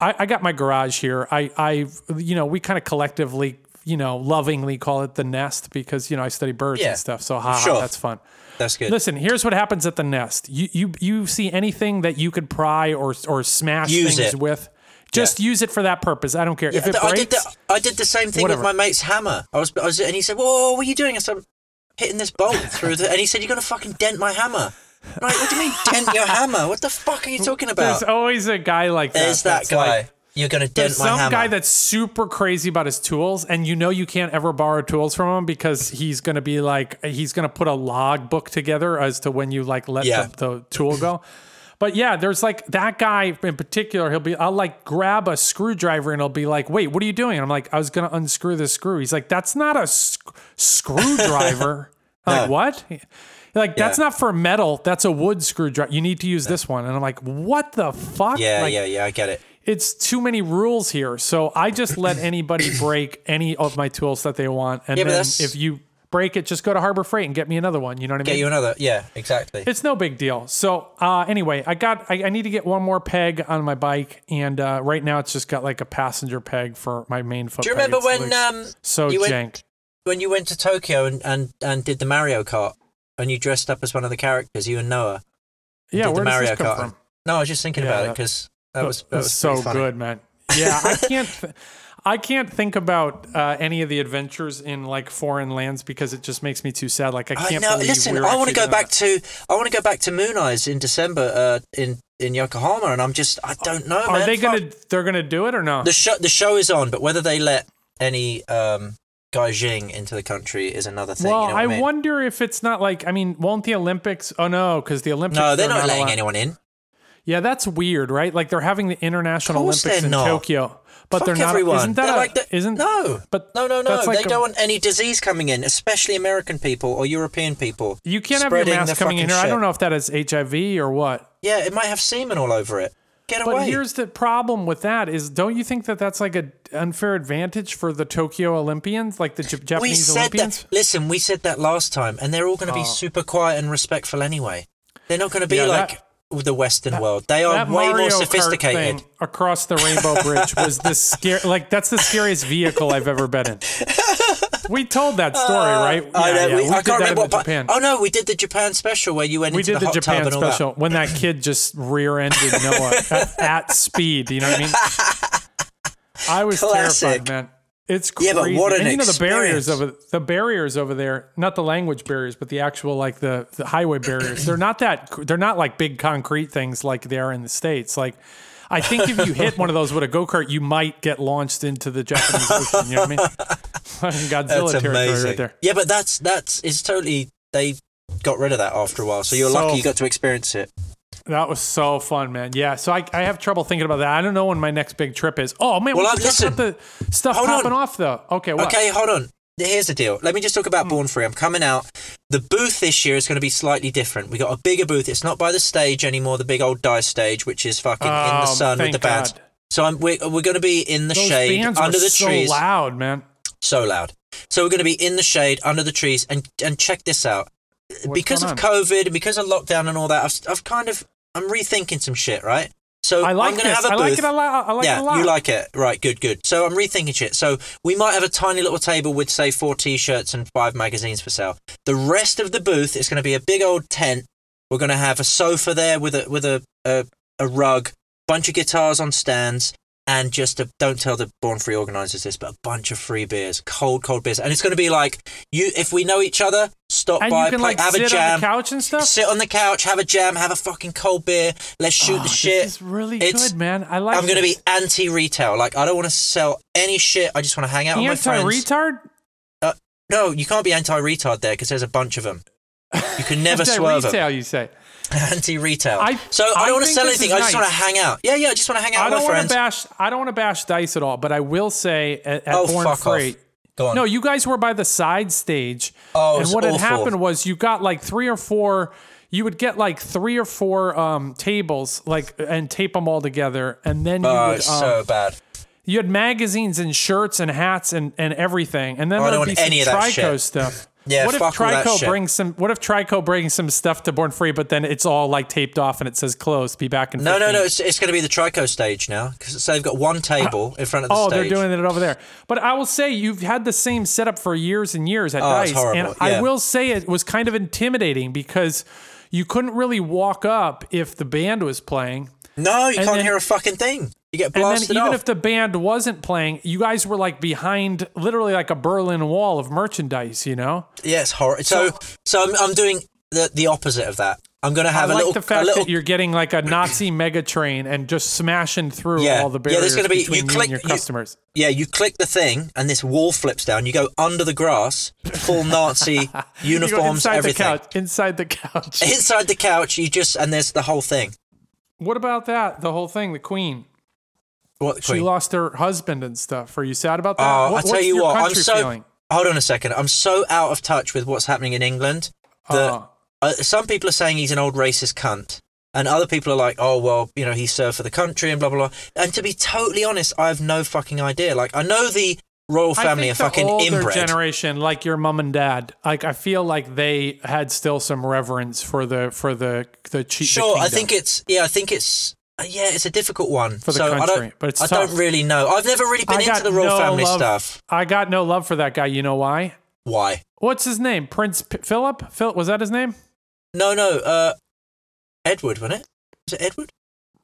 I, I got my garage here. I, I, you know, we kind of collectively, you know, lovingly call it the nest because you know I study birds Yeah. and stuff. So ha, ha, Sure. that's fun. That's good. Listen, here's what happens at the nest. You you you see anything that you could pry or or smash Use things it. with, just use it for that purpose. I don't care if it I did breaks. the, uh, I did the same thing whatever. with my mate's hammer. I was, I was and he said, "Whoa, what are you doing?" I said, "I'm "Hitting this bolt through the." And he said, "You're gonna fucking dent my hammer." I'm like, what do you mean dent your hammer? What the fuck are you talking about? There's always a guy like that. There's that that's like- guy. You're gonna dent There's my some hammer. guy that's super crazy about his tools, and you know you can't ever borrow tools from him because he's gonna be like he's gonna put a log book together as to when you like let Yeah. the, the tool go. But yeah, there's like that guy in particular. He'll be, I'll like grab a screwdriver and he'll be like, "Wait, what are you doing?" And I'm like, "I was gonna unscrew this screw." He's like, "That's not a sc- screwdriver." I'm like, "What?" Like that's not for metal. That's a wood screwdriver. You need to use this one. And I'm like, "What the fuck?" yeah, like, yeah, yeah. I get it. it's too many rules here. So I just let anybody break any of my tools that they want. And Yeah, but then that's- if you break it, just go to Harbor Freight and get me another one. You know what I Get mean? you another. Yeah, exactly. it's no big deal. So uh, anyway, I got I, I need to get one more peg on my bike, and uh, right now it's just got like a passenger peg for my main foot. Do you remember peg. It's when loose. um so you jank? went- when you went to Tokyo and, and, and did the Mario Kart and you dressed up as one of the characters, you and Noah? yeah, did the where does Mario this come Kart. from? No, I was just thinking Yeah, about it that- because that was that That's was so pretty funny. good, man. Yeah, I can't. Th- I can't think about uh, any of the adventures in like foreign lands because it just makes me too sad. Like I I can't. know. believe Uh, Listen, we were I want actually to go doing back that. to I want to go back to Moon Eyes in December uh, in in Yokohama, and I'm just I don't know. Are man. they Fuck. gonna? They're gonna do it or no? the show? The show is on, but whether they let any um, Gaijing into the country is another thing. well, you know what I, I, mean? wonder if it's not like. I mean, won't the Olympics? Oh no, because the Olympics. No, they're they're not letting allowed- anyone in. Yeah, that's weird, right? Like they're having the international Of course Olympics they're in not. Tokyo, but Fuck they're not. everyone. Isn't that They're a- like the- isn't no? But No, no, no. that's like they a- don't want any disease coming in, especially American people or European people. You can't have your spreading mask the coming in fucking here. I shit. don't know if that is HIV or what. Yeah, it might have semen all over it. Get But away. here's the problem with that is don't you think that that's like an unfair advantage for the Tokyo Olympians, like the J- we Japanese said Olympians? Oh. that. Listen, we said that last time, and they're all going to be super quiet and respectful anyway. They're not going to be Yeah, that- like the Western world. They are That way Mario more Kart sophisticated. thing across the Rainbow Bridge was the scare like that's the scariest vehicle I've ever been in. We told that story, right? Uh, I know, we, we I did can't that remember in what. part- Japan. Oh no, we did the Japan special where you went we into did the, the, hot Japan tub and all special when that kid just rear-ended Noah at, at speed. You know what I mean? I was Classic. terrified, man. It's crazy. Yeah, but what an and you know the barriers experience. over the barriers over there, not the language barriers, but the actual like the, the highway barriers. They're not that they're not like big concrete things like they are in the states. Like I think if you hit one of those with a go-kart, you might get launched into the Japanese ocean, you know what I mean? Fucking that. Godzilla That's territory amazing. right there. Yeah, but that's that's it's totally they got rid of that after a while. So you're So- lucky you got to experience it. That was so fun, man. Yeah. So I, I have trouble thinking about that. I don't know when my next big trip is. Oh man, Well, we I- just talked about the stuff Hold popping on. off though. Okay, what? Okay, hold on. Here's the deal. Let me just talk Hmm. about Born Free. I'm coming out. The booth this year is going to be slightly different. We got a bigger booth. It's not by the stage anymore, the big old dice stage, which is fucking in the Oh, sun with thank the bands. God. So I'm, we're, we're going to be in the Those shade, bands under were the so trees. loud, man. So loud. So we're going to be in the shade, under the trees, and and check this out. because going of on? COVID and because of lockdown and all that, I've, I've kind of I'm rethinking some shit, right? So I like am going to this. have a I booth like it a lot. I like yeah, it a lot. you like it, right? Good, good. So I'm rethinking shit. So we might have a tiny little table with say four t-shirts and five magazines for sale. The rest of the booth is going to be a big old tent. We're going to have a sofa there with a with a a, a rug, bunch of guitars on stands, and just a, don't tell the Born Free organisers this, but a bunch of free beers, cold, cold beers, and it's going to be like you if we know each other, stop and by, you can play, like have sit a jam. on the couch and stuff. Sit on the couch, have a jam, have a fucking cold beer. Let's shoot Oh, the shit. This is really It's- good, man. I like. I'm going to be this. anti-retail. Like I don't want to sell any shit. I just want to hang out with oh, my friends. anti-retard. No, you can't be anti-retard there because there's a bunch of them. You can never swerve them. Anti-retail, you say. Anti-retail. I- so I, I don't want to think sell this anything. is I just want to nice. hang out. Yeah, yeah. I just want to hang out I with don't my want to friends. bash. I don't want to bash dice at all, but I will say at, at Oh, Born fuck off. Free. Go on. No, you guys were by the side stage. Oh, and it's what had awful. happened was you got like three or four. You would get like three or four um, tables, like and tape them all together, and then you oh, would. it's um, so bad. you had magazines and shirts and hats and, and everything. And then Oh, I there'd don't be want some any of that Trico shit. stuff. Yeah, what if fuck all that Trico shit. brings some? What if Trico brings some stuff to Born Free, but then it's all like taped off and it says closed. Be back in. No, no, 15. no. It's, it's going to be the Trico stage now. 'cause- so they've got one table in front of the Oh, stage. they're doing it over there. But I will say you've had the same setup for years and years at Oh, Dice, it's horrible. and Yeah. I will say it was kind of intimidating because you couldn't really walk up if the band was playing. No, you And can't then- hear a fucking thing. You get And then blasted even off. if the band wasn't playing, you guys were like behind literally like a Berlin wall of merchandise, you know? yeah, it's horrible. So, so, I'm, I'm doing the, the opposite of that. I'm going to have I a like little, the a fact little that you're getting like a Nazi mega train and just smashing through Yeah. all the Yeah, barriers there's gonna be- you between you, click- and your you- customers. Yeah, you click the thing and this wall flips down. You go under the grass, full Nazi You go uniforms, inside everything. the couch. Inside the couch. Inside the couch, you just and there's the whole thing. what about that? The whole thing, the queen. What the She queen? lost her husband and stuff. Are you sad about that? Oh, I What- tell what's you your what, I'm country so feeling? hold on a second. I'm so out of touch with what's happening in England that Uh, uh, some people are saying he's an old racist cunt, and other people are like, oh well, you know, he served for the country and blah blah blah. And to be totally honest, I have no fucking idea. Like, I know the royal family I are think the fucking older inbred. generation, like your mom and dad, like I feel like they had still some reverence for the for the the chief. Sure, I think it's yeah, I think it's uh, yeah, it's a difficult one. For the so I country, don't, but it's I tough. don't really know. I've never really been I into got the royal no family love- stuff. I got no love for that guy. You know why? Why? What's his name? Prince P- Philip? Phil was that his name? No, no. Uh, Edward, wasn't it? Is it Edward?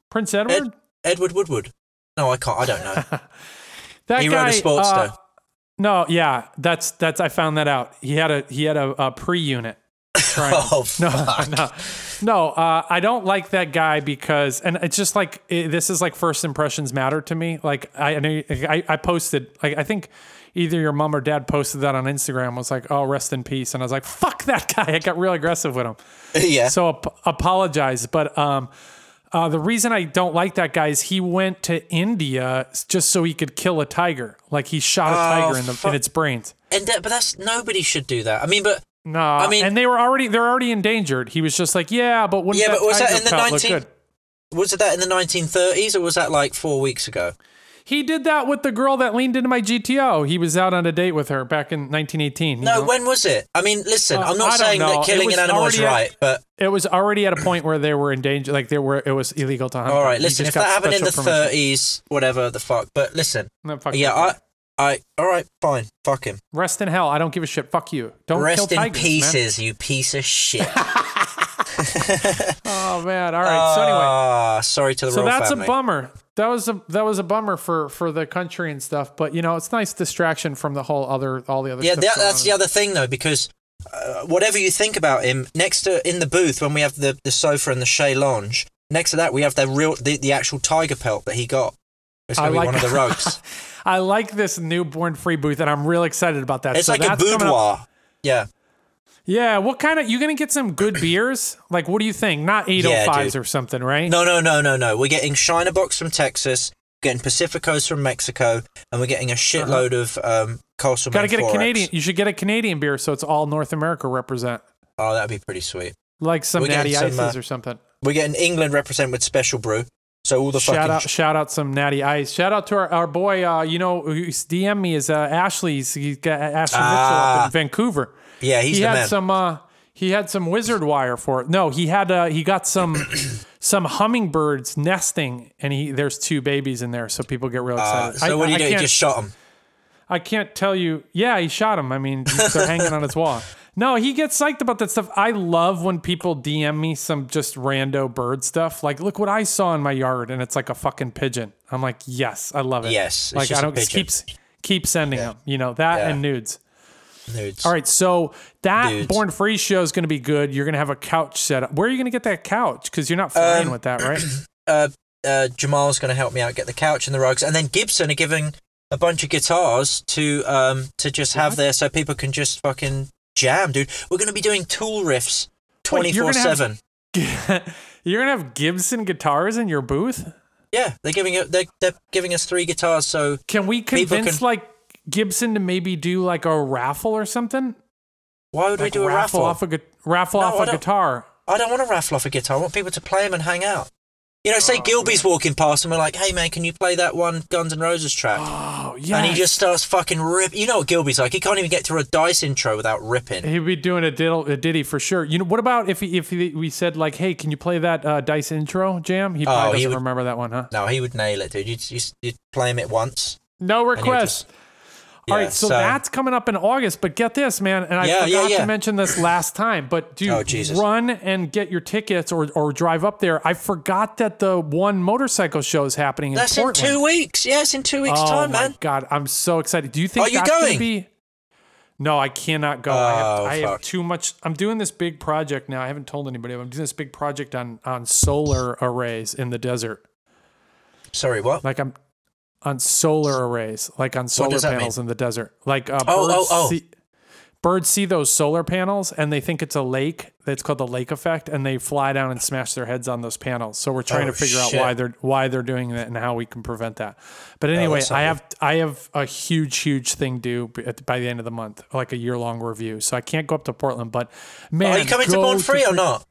Prince Edward? Edward Woodward. No, I can't. I don't know. that he guy. wrote a uh, Sportster. no, yeah, that's that's I found that out. He had a he had a, a pre-unit. Triumph. oh, No, fuck. no, no. Uh, I don't like that guy because, and it's just like it, this is like first impressions matter to me. Like I, I, know you- I, I posted, like I think either your mom or dad posted that on Instagram. Was like, oh, rest in peace, and I was like, fuck that guy. I got real aggressive with him. yeah. So ap- apologize, but um, uh, the reason I don't like that guy is he went to India just so he could kill a tiger. Like he shot a Oh, tiger in, the, fuck. in its brains. and that, but that's nobody should do that. I mean, but No, I mean- and they were already they're already endangered. He was just like, yeah, but when Yeah, that but was that tiger in the pelt looked 19 good. was it that in the 1930s or was that like four weeks ago? He did that with the girl that leaned into my GTO. He was out on a date with her back in 1918. you No, know? when was it? I mean, listen, Uh, I'm not I don't saying know. that It killing was an animal is already a- right, but it was already at a point where they were in danger, like they were. It was illegal to hunt. all them. right, He listen, if just that got happened in the special permission. 30s, whatever the fuck. But listen, No, fuck yeah, you. I, I, all right, fine, fuck him. rest in hell. I don't give a shit. Fuck you. Don't kill Rest in tigers, man. pieces, you piece of shit. Oh man. All right. So anyway, Ah, sorry to the so royal that's family. a bummer. That was a that was a bummer for for the country and stuff. But you know, it's nice distraction from the whole other all the other. yeah, stuff that, going that's on. the other thing though, because uh, whatever you think about him, next to in the booth when we have the the sofa and the Chez lounge, next to that we have the real the, the actual tiger pelt that he got. It's I gonna be like- one of the rugs. I like this newborn free booth, and I'm real excited about that. it's So like a that's coming up- boudoir. Yeah, Yeah, what kind of you gonna get some good beers? Like, what do you think? Not 805s dude. or something, right? no, no, no, no, no. We're getting Shiner Box from Texas, getting Pacificos from Mexico, and we're getting a shitload of um, Coastal. Uh-huh. gotta get a Canadian. You should get a Canadian beer, so it's all North America represent, Oh, that'd be pretty sweet. like some We're getting natty some, ices uh, or something. We're getting England represent with Special Brew. So all the Shout fucking out, shout out some natty ice. Shout out to our, our boy. Uh, you know, who's DM me is uh, Ashley's. He's got Ashley Mitchell Ah. up in Vancouver. yeah, he's he the had man. some uh he had some wizard wire for it. No, he had uh he got some some hummingbirds nesting and he there's two babies in there, so people get real Uh, excited. so what do you do? You can't, just shot him. I can't tell you yeah, he shot him. I mean they're hanging on his wall. No, he gets psyched about that stuff. I love when people DM me some just rando bird stuff. Like, look what I saw in my yard, and it's like a fucking pigeon. I'm like, yes, I love it. Yes, it's like just I a don't pigeon. keep keep sending them. You know that Yeah. and nudes. Nudes. All right, so that Dudes. Born Free show is going to be good. You're going to have a couch set up. Where are you going to get that couch? Because you're not flying Um, with that, right? uh, uh, Jamal's going to help me out get the couch and the rugs, and then Gibson are giving a bunch of guitars to um to just have there so people can just fucking jam, dude. We're going to be doing tool riffs twenty Wait, you're four gonna have- seven. you're going to have Gibson guitars in your booth. Yeah, they're giving it. They're, they're giving us three guitars. So Can we People convince can- like Gibson to maybe do like a raffle or something? why would we Like do a raffle? off a gu- raffle No, I off a don't- guitar. I don't want to raffle off a guitar. I want people to play them and hang out. You know, Oh, say Gilby's walking past and we're like, hey man, can you play that one Guns N' Roses track? Oh, yeah. And he just starts fucking rip. You know what Gilby's like? He can't even get through a Dice intro without ripping. He'd be doing a diddle, a ditty for sure. You know, what about if he, if he, we said like, "Hey, can you play that uh, Dice intro jam?" He probably Oh, he doesn't would- remember that one, huh? No, he would nail it, dude. You'd, you'd, you'd play him it once. and No you'd requests. just- All Yeah, right, so, so- that's coming up in August. But get this, man, and I Yeah, forgot yeah, yeah. to mention this last time. But dude, Oh, Jesus. run and get your tickets, or or drive up there. I forgot that the one motorcycle show is happening That's in in Portland. two weeks. Yeah, it's in two weeks' oh time, my man. god, I'm so excited. Do you think Are you that's going? gonna be? No, I cannot go. I, have, Oh, I have fuck. too much. I'm doing this big project now. I haven't told anybody. but I'm doing this big project on on solar arrays in the desert. Sorry, what? Like I'm on solar arrays, like on solar does that panels in the desert. Like uh, Oh, oh, birds, oh. See, birds see those solar panels and they think it's a lake. That's called the lake effect, and they fly down and smash their heads on those panels. So we're trying Oh, to figure shit. Oh, out why they're why they're doing that and how we can prevent that. But anyway, that's I something. have I have a huge huge thing due b- at- by the end of the month, like a year long review. So I can't go up to Portland, but man, Are you coming to go Born Free or not?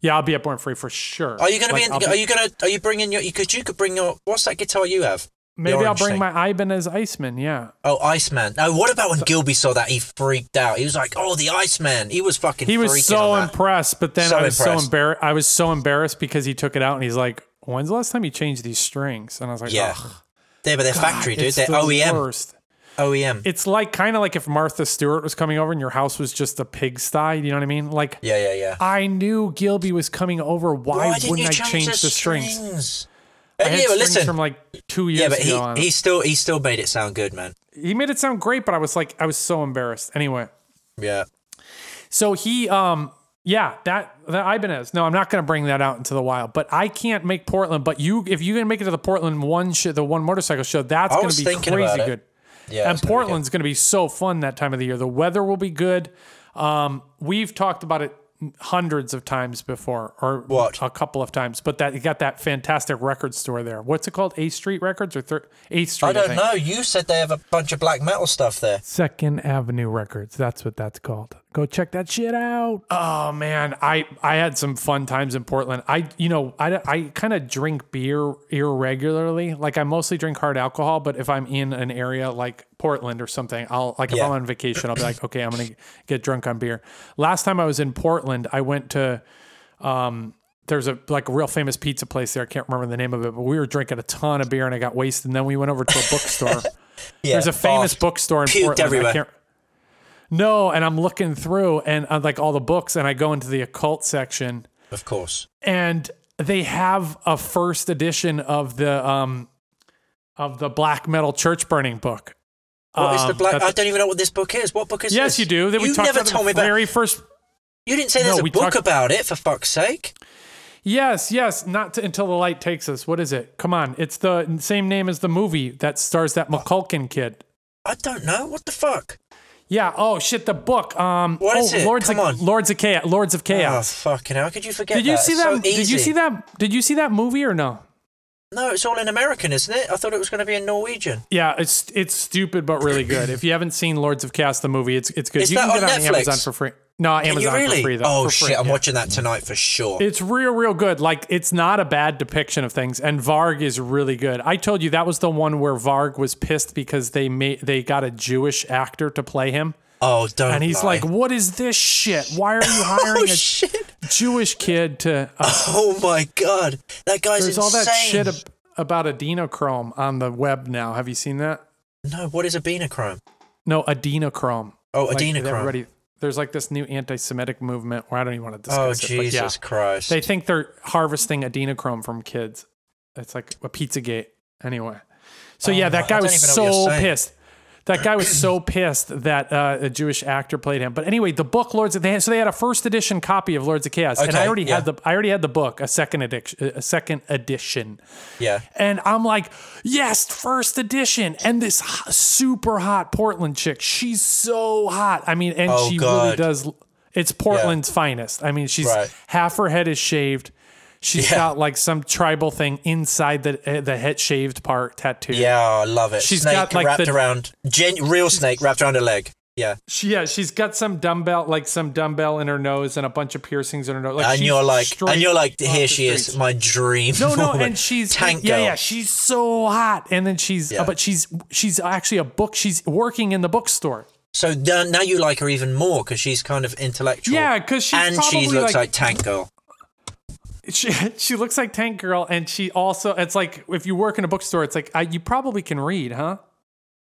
Yeah, I'll be at Born Free for sure. Are you going to Like, I'll be? In, are you going to? Are you bringing your? Because you could bring your. What's that guitar you have? The Maybe I'll orange bring thing. my Ibanez Iceman. Yeah. Oh, Iceman. No, what about when Gilby saw that? He freaked out. He was like, "Oh, the Iceman." He was fucking. he freaking was so on that. impressed, but then So I was so impressed. embarrassed. I was so embarrassed because he took it out and he's like, "When's the last time you changed these strings?" And I was like, Yeah. "Ugh, Yeah, but they're factory, dude. it's They're E the OEM. worst." OEM. It's like kind of like if Martha Stewart was coming over and your house was just a pigsty. You know what I mean? Like yeah, yeah, yeah. I knew Gilby was coming over. Why, wouldn't I change the strings? I Uh, had yeah, but strings listen. from like two years yeah, but ago. on. he, he still he still made it sound good, man. he made it sound great, but I was like, I was so embarrassed. Anyway, Yeah. So he, um, yeah, that that Ibanez. No, I'm not going to bring that out into the wild. But I can't make Portland. But you, if you can make it to the Portland one, sh- the one motorcycle show, that's I going was to be thinking crazy about it. good. Yeah. and it's gonna be good. Portland's going to be so fun that time of the year. The weather will be good. Um, we've talked about it hundreds of times before, or What? a couple of times. But that you got that fantastic record store there. What's it called? Eighth Street Records or thir- Eighth Street? I don't think. know. You said they have a bunch of black metal stuff there. Second Avenue Records. That's what that's called. Go check that shit out. Oh man, I I had some fun times in Portland. I you know I I kind of drink beer irregularly. Like I mostly drink hard alcohol, but if I'm in an area like Portland or something, I'll like if Yeah. I'm on vacation, I'll be like, okay, I'm gonna get drunk on beer. Last time I was in Portland, I went to um, there's a like a real famous pizza place there. I can't remember the name of it, but we were drinking a ton of beer and I got wasted. And then we went over to a bookstore. Yeah, there's a famous barfed. bookstore in Puked Portland. I everywhere. can't, no, and I'm looking through and uh, like all the books, and I go into the occult section, Of course. and they have a first edition of the um of the black metal church burning book. What is the Um, black? that- I don't even know what this book is. What book is yes, this? you do. That we you talked never about told me the about. very first You didn't say No, there's we a book talked- about it. For fuck's sake. Yes, yes. Not to, until the light takes us. What is it? Come on. It's the same name as the movie that stars that McCulkin kid. I don't know. What the fuck? Yeah. Oh shit. The book. Um. What oh, is it? Lords Come of on. Lords of Chaos. Lords of Oh Chaos. fucking! How could you forget? did you that? see It's that? so did you easy. see that? Did you see that movie or no? No, it's all in American, isn't it? I thought it was going to be in Norwegian. Yeah. It's it's stupid but really good. if you haven't seen Lords of Chaos, the movie, it's it's good. Is you that can get on it on Netflix? Amazon for free. No, Can you Amazon really? for free though. oh for shit! free, I'm yeah. watching that tonight for sure. It's real, real good. Like it's not a bad depiction of things, and Varg is really good. I told you that was the one where Varg was pissed because they made they got a Jewish actor to play him, oh, don't. and he's lie. like, "What is this shit? Why are you hiring "Oh a shit! Jewish kid to?" Uh, Oh my god! That guy's there's insane. all that shit ab- about adenochrome on the web now. Have you seen that? no, what is adenochrome? No, adenochrome. Oh, Like, adenochrome. Everybody, there's like this new anti-Semitic movement where I don't even want to oh discuss it. but yeah. Jesus Christ! They think they're harvesting adenochrome from kids. It's like a Pizzagate. Anyway. So yeah, that Oh, I guy don't was even know what you're so saying. pissed. That guy was so pissed that uh, a Jewish actor played him. But anyway, the book Lords of they had, so they had a first edition copy of Lords of Chaos, and I Okay, already had yeah. the I already had the book, a second edition, a second edition. yeah. And I'm like, yes, first edition. And this h- super hot Portland chick, she's so hot. I mean, and Oh, she really God. does. It's Portland's finest. I mean, she's Right. half her head is shaved. She's Yeah. got like some tribal thing inside the uh, the head shaved part tattooed. Yeah, I love it. She's snake got, like, wrapped the- around, gen- real snake wrapped around a leg. Yeah. She, yeah, she's got some dumbbell, like some dumbbell in her nose and a bunch of piercings in her nose. Like and she's you're like, straight and you're like, off here the she is, streets. my dream. No, no, woman. and she's tank yeah, girl. yeah, she's so hot, and then she's Yeah. but she's she's actually a book. She's working in the bookstore. so now now you like her even more because she's kind of intellectual. Yeah, because she's and probably she looks like, like Tank Girl. she, she looks like Tank Girl, and she also it's like if you work in a bookstore, it's like I, you probably can read, huh?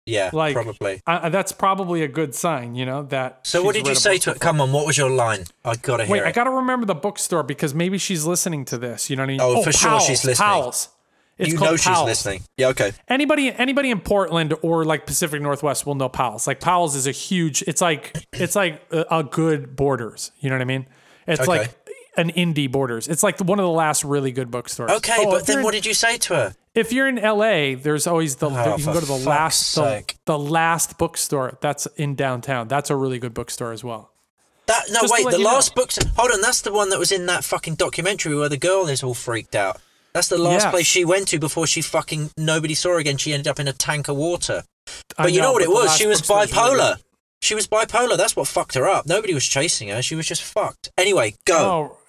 Yeah, Like probably. I, that's probably a good sign, you know. That So what she's did you read a say book to it? before. Come on, what was your line? I gotta hear Wait, it. I gotta remember the bookstore because maybe she's listening to this. You know what I mean? Oh, for sure she's listening. Powell's. It's you called know she's Powell's. listening. Yeah, okay. Anybody, anybody in Portland or like Pacific Northwest will know Powell's. Like Powell's is a huge. It's like it's like a, a good Borders. You know what I mean? It's Okay. like an indie Borders. It's like one of the last really good bookstores. Okay, Oh, but if then you're what in- did you say to her? if you're in LA, there's always the you for can go to the fuck's last the, sake. the last bookstore that's in downtown. That's a really good bookstore as well. That no, Just to wait. let The you know. last book. Hold on, that's the one that was in that fucking documentary where the girl is all freaked out. That's the last Yeah. place she went to before she fucking nobody saw her again. She ended up in a tank of water. I But you know, what it the was? last She was bookstore is really bipolar. good. she was bipolar. That's what fucked her up. Nobody was chasing her. She was just fucked. Anyway, go.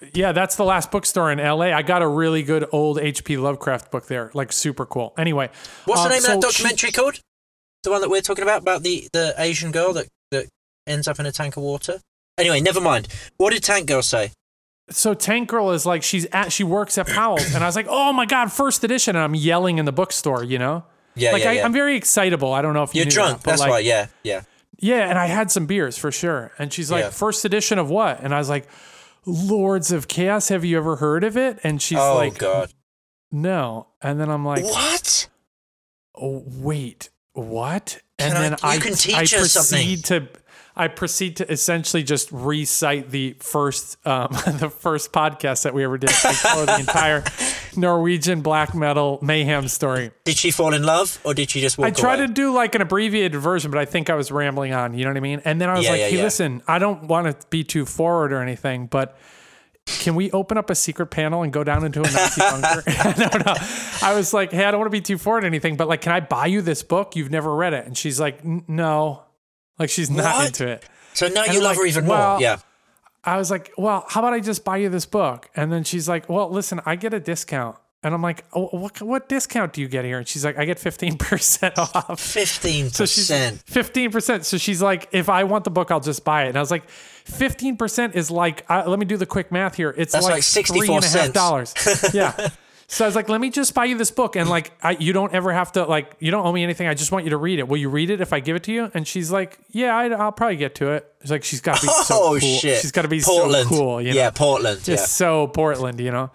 Oh, yeah, that's the last bookstore in LA. I got a really good old H.P. Lovecraft book there, like super cool. Anyway, What's um, the name so of that she- documentary called? The one that we're talking about about the the Asian girl that that ends up in a tank of water. Anyway, never mind. What did Tank Girl say? so Tank Girl is like she's at she works at Powell's, and I was like, oh my god, first edition, and I'm yelling in the bookstore, you know. Yeah, like yeah, I, yeah. I'm very excitable. I don't know if you You're knew drunk. that, but that's like, right. Yeah, yeah. Yeah, and I had some beers for sure. And she's like, Yeah. first edition of what? And I was like, Lords of Chaos. Have you ever heard of it? And she's oh like, god. no. And then I'm like, What? oh, wait, what? And Can I- then you can teach I us proceed something. to I proceed to essentially just recite the first um, the first podcast that we ever did before the entire Norwegian black metal mayhem story. Did she fall in love or did she just walk I tried away? to do like an abbreviated version, but I think I was rambling on. You know what I mean? And then I was Yeah, like, yeah, hey, yeah. listen, I don't want to be too forward or anything, but can we open up a secret panel and go down into a Nazi bunker? no, no. I was like, hey, I don't want to be too forward or anything, but like, can I buy you this book? You've never read it. And she's like, "N- no. Like, she's not What? into it. So now And you I'm love like, her even more. well, Yeah. I was like, well, how about I just buy you this book? And then she's like, well, listen, I get a discount. And I'm like, oh, what, what discount do you get here? And she's like, I get 15% off. Fifteen So she's percent. fifteen percent. So she's like, if I want the book, I'll just buy it. And I was like, fifteen percent is like, I, let me do the quick math here. It's That's like, like three and a 64 half dollars. yeah. So I was like, let me just buy you this book, and like, I, you don't ever have to like, you don't owe me anything. I just want you to read it. Will you read it if I give it to you? And she's like, yeah, I, I'll probably get to it. She's like, she's got to be so oh cool. shit. She's got to be Portland. so cool. You know? Yeah, Portland. just Yeah. so Portland, you know.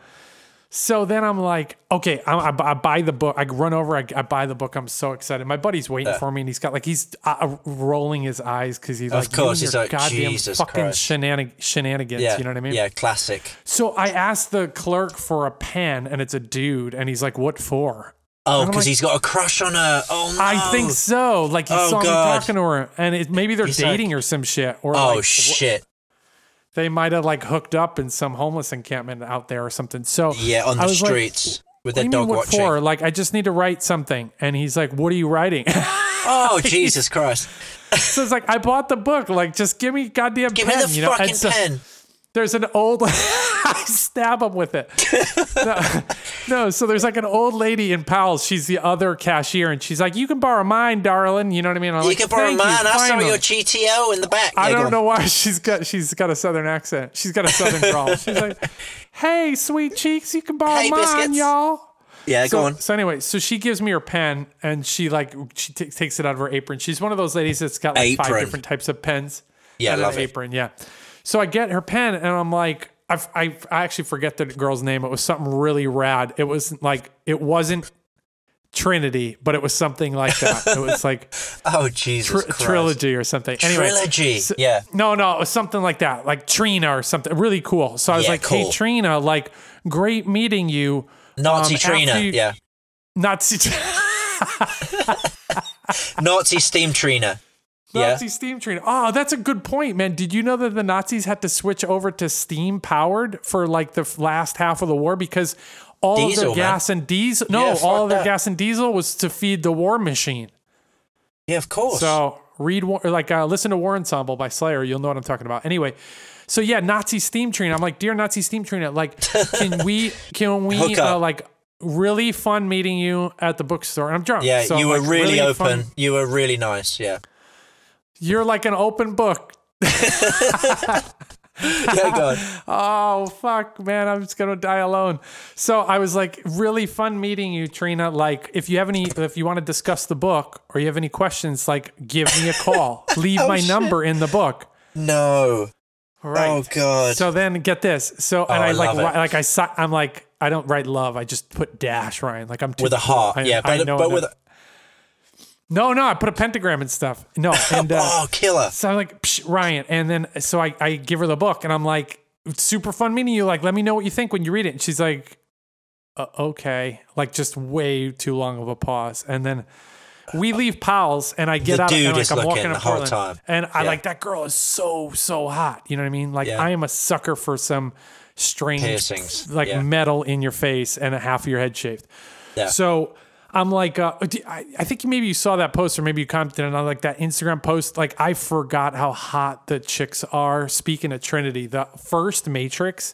So then I'm like, okay, I, I, I buy the book. I run over, I, I buy the book. I'm so excited. My buddy's waiting for me, and he's got like he's uh, rolling his eyes because he's like, course, you and he's your like, goddamn "Jesus fucking Christ." shenanig- shenanigans. Yeah. You know what I mean? Yeah, classic. So I asked the clerk for a pen, and it's a dude, and he's like, what for? Oh, I'm because like- he's got a crush on her. Oh no. I think so. Like he Oh, saw God. me talking to her, and it, maybe they're He's like- dating or some shit, or Oh like, shit. they might have like hooked up in some homeless encampment out there or something. So Yeah, on I the was like, streets with What their do you dog mean, what watching. for? Like, I just need to write something. And he's like, What are you writing? Oh Jesus Christ. so it's like, I bought the book. Like, just give me goddamn Give pen. me the you know? And fucking so pen. There's an old I stab him with it. no, no, so there's like an old lady in Powell's. She's the other cashier, and she's like, You can borrow mine, darling. You know what I mean? I'm You like, can borrow "Thank you, mine. I saw finally." your GTO in the back. Yeah, I go don't on. know why she's got she's got a southern accent. She's got a southern drawl. She's like, Hey, sweet cheeks, you can borrow Hey, mine, biscuits." y'all. Yeah, so, go on. so anyway, so she gives me her pen and she like she t- takes it out of her apron. She's one of those ladies that's got like five Apron. different types of pens. Yeah, and love an it. apron. Yeah. So I get her pen and I'm like, I, I I actually forget the girl's name. It was something really rad. It was like it wasn't Trinity, but it was something like that. it was like Oh Jesus tr- Christ. trilogy or something. Anyway, Trilogy, yeah. No, no, it was something like that, like Trina or something. Really cool. So I was Yeah, like, hey cool. Trina, like great meeting you. Nazi um, Trina. after you- Yeah. Nazi. Nazi steam Trina. Yeah. Nazi steam train. Oh, that's a good point, man. Did you know that the Nazis had to switch over to steam powered for like the f- last half of the war because all Diesel, of man. their gas and diesel no, Yeah, fuck all of their that. gas and diesel was to feed the war machine. Yeah, of course. So read War- or like uh, listen to War Ensemble by Slayer. You'll know what I'm talking about. Anyway, so yeah, Nazi steam train. I'm like, dear Nazi steam train, uh, like, can we can we Hook up. uh, like really fun meeting you at the bookstore? And I'm drunk. Yeah, so you I'm were like, really, fun- open. You were really nice. Yeah. You're like an open book. Yeah, go on. Oh fuck, man! I'm just gonna die alone. So I was like, really fun meeting you, Trina. Like, if you have any, if you want to discuss the book or you have any questions, like, give me a call. Oh, Leave my number in the book. No. Right. Oh god. So then get this. So and Oh, I, I like love it. ri- like I si- I'm like I don't write love. I just put dash Ryan. Like I'm too with a heart. I- yeah, I but, know but that- with a, no no I put a pentagram and stuff. No and uh, oh killer. so I'm like Psh, Ryan and then so I I give her the book and I'm like it's super fun meeting you. Like let me know what you think when you read it. And she's like uh, okay like just way too long of a pause and then. We leave Powell's and I get The out of dude and like, is I'm walking looking to the whole Portland time. and I Yeah. like that girl is so so hot. You know what I mean? Like Yeah. I am a sucker for some strange Piercings, like yeah. metal in your face and a half of your head shaved. Yeah. So I'm like, uh, d- I, I think maybe you saw that post or maybe you commented on like that Instagram post. Like I forgot how hot the chicks are. Speaking of Trinity, the first Matrix,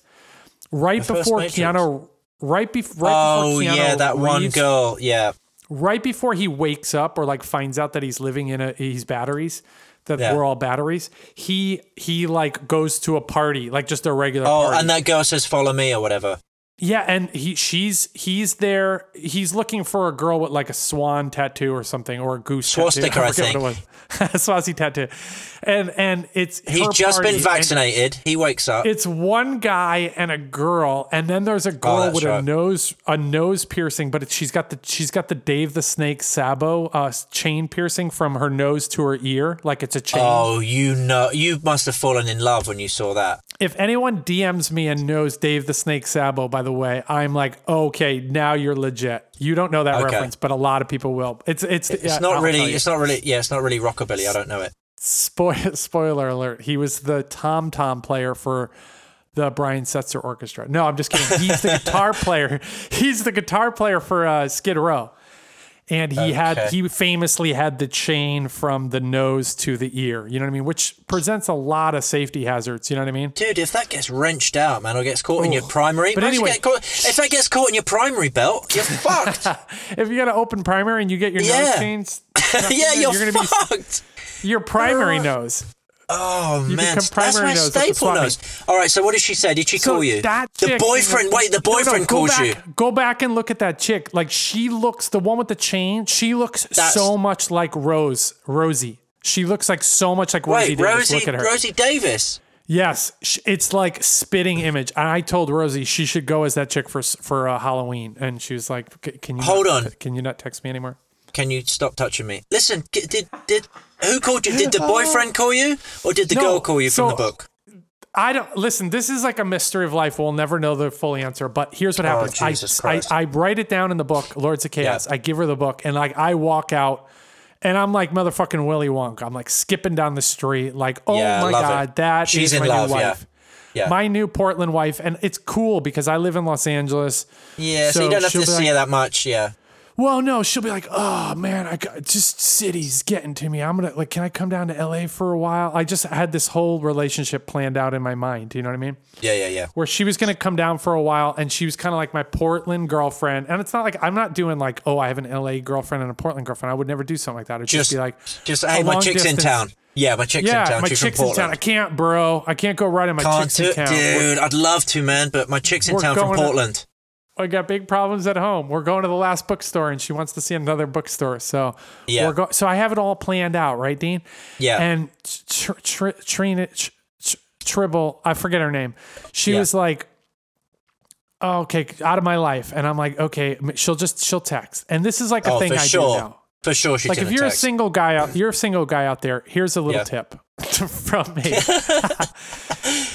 right The first before Matrix. Keanu, right, bef- right Oh before Keanu yeah, that one Reeves- girl. Yeah. right before he wakes up or like finds out that he's living in a he's batteries that Yeah. we're all batteries he he like goes to a party like just a regular Oh, party and that girl says follow me or whatever. yeah and he she's he's there he's looking for a girl with like a swan tattoo or something or a goose Swastika, I tattoo. forget what it was. Swazi tattoo and and it's He's her just party, been and vaccinated. he wakes up. it's one guy and a girl, and then there's a girl Oh, that's with a right. nose a nose piercing, but it, she's got the she's got the Dave the Snake Sabo uh, chain piercing from her nose to her ear, like it's a chain. oh, you know, you must have fallen in love when you saw that. If anyone DMs me and knows Dave the Snake Sabo, by the way, I'm like, okay, now you're legit. You don't know that Okay. reference, but a lot of people will. It's it's It's not really. It's not really. Yeah, it's not really rockabilly. I don't know it. Spoil, spoiler alert. He was the tom tom player for the Brian Setzer Orchestra. No, I'm just kidding. He's the guitar player. He's the guitar player for uh, Skid Row. And he had Okay. he famously had the chain from the nose to the ear. You know what I mean? Which presents a lot of safety hazards. You know what I mean? Dude, if that gets wrenched out, man, or gets caught in your primary, But imagine anyway- get caught, if that gets caught in your primary belt, you're fucked. If you got an open primer and you get your nose Yeah. chains, yeah, you're, You're gonna be- fucked. your primary nose. Oh man, become that's primary my nose at the staple swap meet. nose. All right, so what did she say? Did she So call you? That the chick- boyfriend. Wait, the No, no, boyfriend go calls back, you. Go back and look at that chick. Like she looks, the one with the chain. She looks That's- so much like Rose, Rosie. She looks like so much like Rosie. Wait, Davis. Rosie, look at her. Rosie Davis. Yes, sh- it's like spitting image. And I told Rosie she should go as that chick for s- for uh, Halloween, and she was like, "C- "Can you Hold not- on. Can you not text me anymore?" Can you stop touching me? Listen, g- did did who called you? Did the boyfriend call you, or did the Oh. No, girl call you so- from the book? I don't listen. This is like a mystery of life. We'll never know the full answer. But here's what happens. I- Oh, Jesus I, Christ. I, write it down in the book, Lords of Chaos. Yeah. I give her the book, and like I walk out, and I'm like motherfucking Willy Wonka. I'm like skipping down the street, like oh Yeah, I my love it. god, that is She's in my love, new yeah. wife. Yeah. My new Portland wife, and it's cool because I live in Los Angeles. Yeah, so, so you don't have she'll to be see like- her that much. Yeah. Well, no, she'll be like, "Oh man, I got, just cities getting to me. I'm gonna like, can I come down to LA for a while?" I just had this whole relationship planned out in my mind. You know what I mean? Yeah, yeah, yeah. where she was going to come down for a while and she was kind of like my Portland girlfriend. And it's not like I'm not doing like, oh, I have an LA girlfriend and a Portland girlfriend. I would never do something like that. It'd Just just, be like, just a hey, my long chick's distance- in town. Yeah, my chick's in yeah, town. my She's chick's from in town. I Portland. can't, bro. I can't go ride in my Can't chick's do in it, town. We're- dude. I'd love to, man, but my chick's in We're town from going to- Portland. I got big problems at home. We're going to the last bookstore and she wants to see another bookstore. So Yeah. we're go- so I have it all planned out, right, Dean? Yeah. And tr- tr- Trina tr- tr- Tribble, I forget her name. She Yeah. was like, oh, "Okay, out of my life." And I'm like, "Okay." She'll just she'll text, and this is like a oh, thing for I sure. do now. For sure, she's Like gonna if you're text. a single guy out, you're a single guy out there. Here's a little Yeah. tip from me.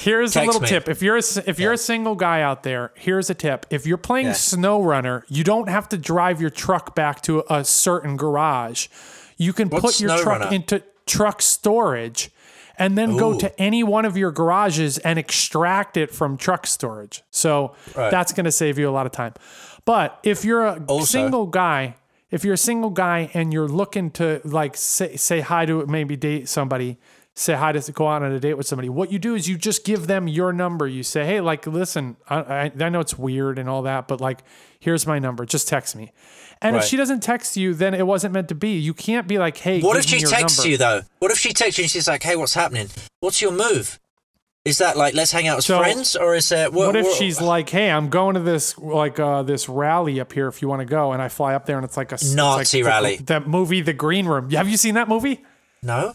here's a Text little me. tip. If you're a, s- if you're a single guy out there, here's a tip. If you're playing Yeah. Snow Runner, you don't have to drive your truck back to a certain garage. You can What's put your Snow truck Runner? into truck storage and then go Ooh. to any one of your garages and extract it from truck storage. So Right. that's going to save you a lot of time. But if you're a Also- single guy, if you're a single guy and you're looking to like say, say hi to maybe date somebody say hi to go out on a date with somebody what you do is you just give them your number you say hey like listen i, I, I know it's weird and all that but like here's my number just text me and Right. if she doesn't text you then it wasn't meant to be you can't be like hey What give if me she your texts number. you though? What if she texts you and she's like, "Hey, what's happening? What's your move? Is that like let's hang out as So, friends, or is it what, if she's like, "Hey, I'm going to this like uh, this rally up here. If you want to go," and I fly up there, and it's like a it's Nazi like the- rally. that movie, The Green Room. Have you seen that movie? no?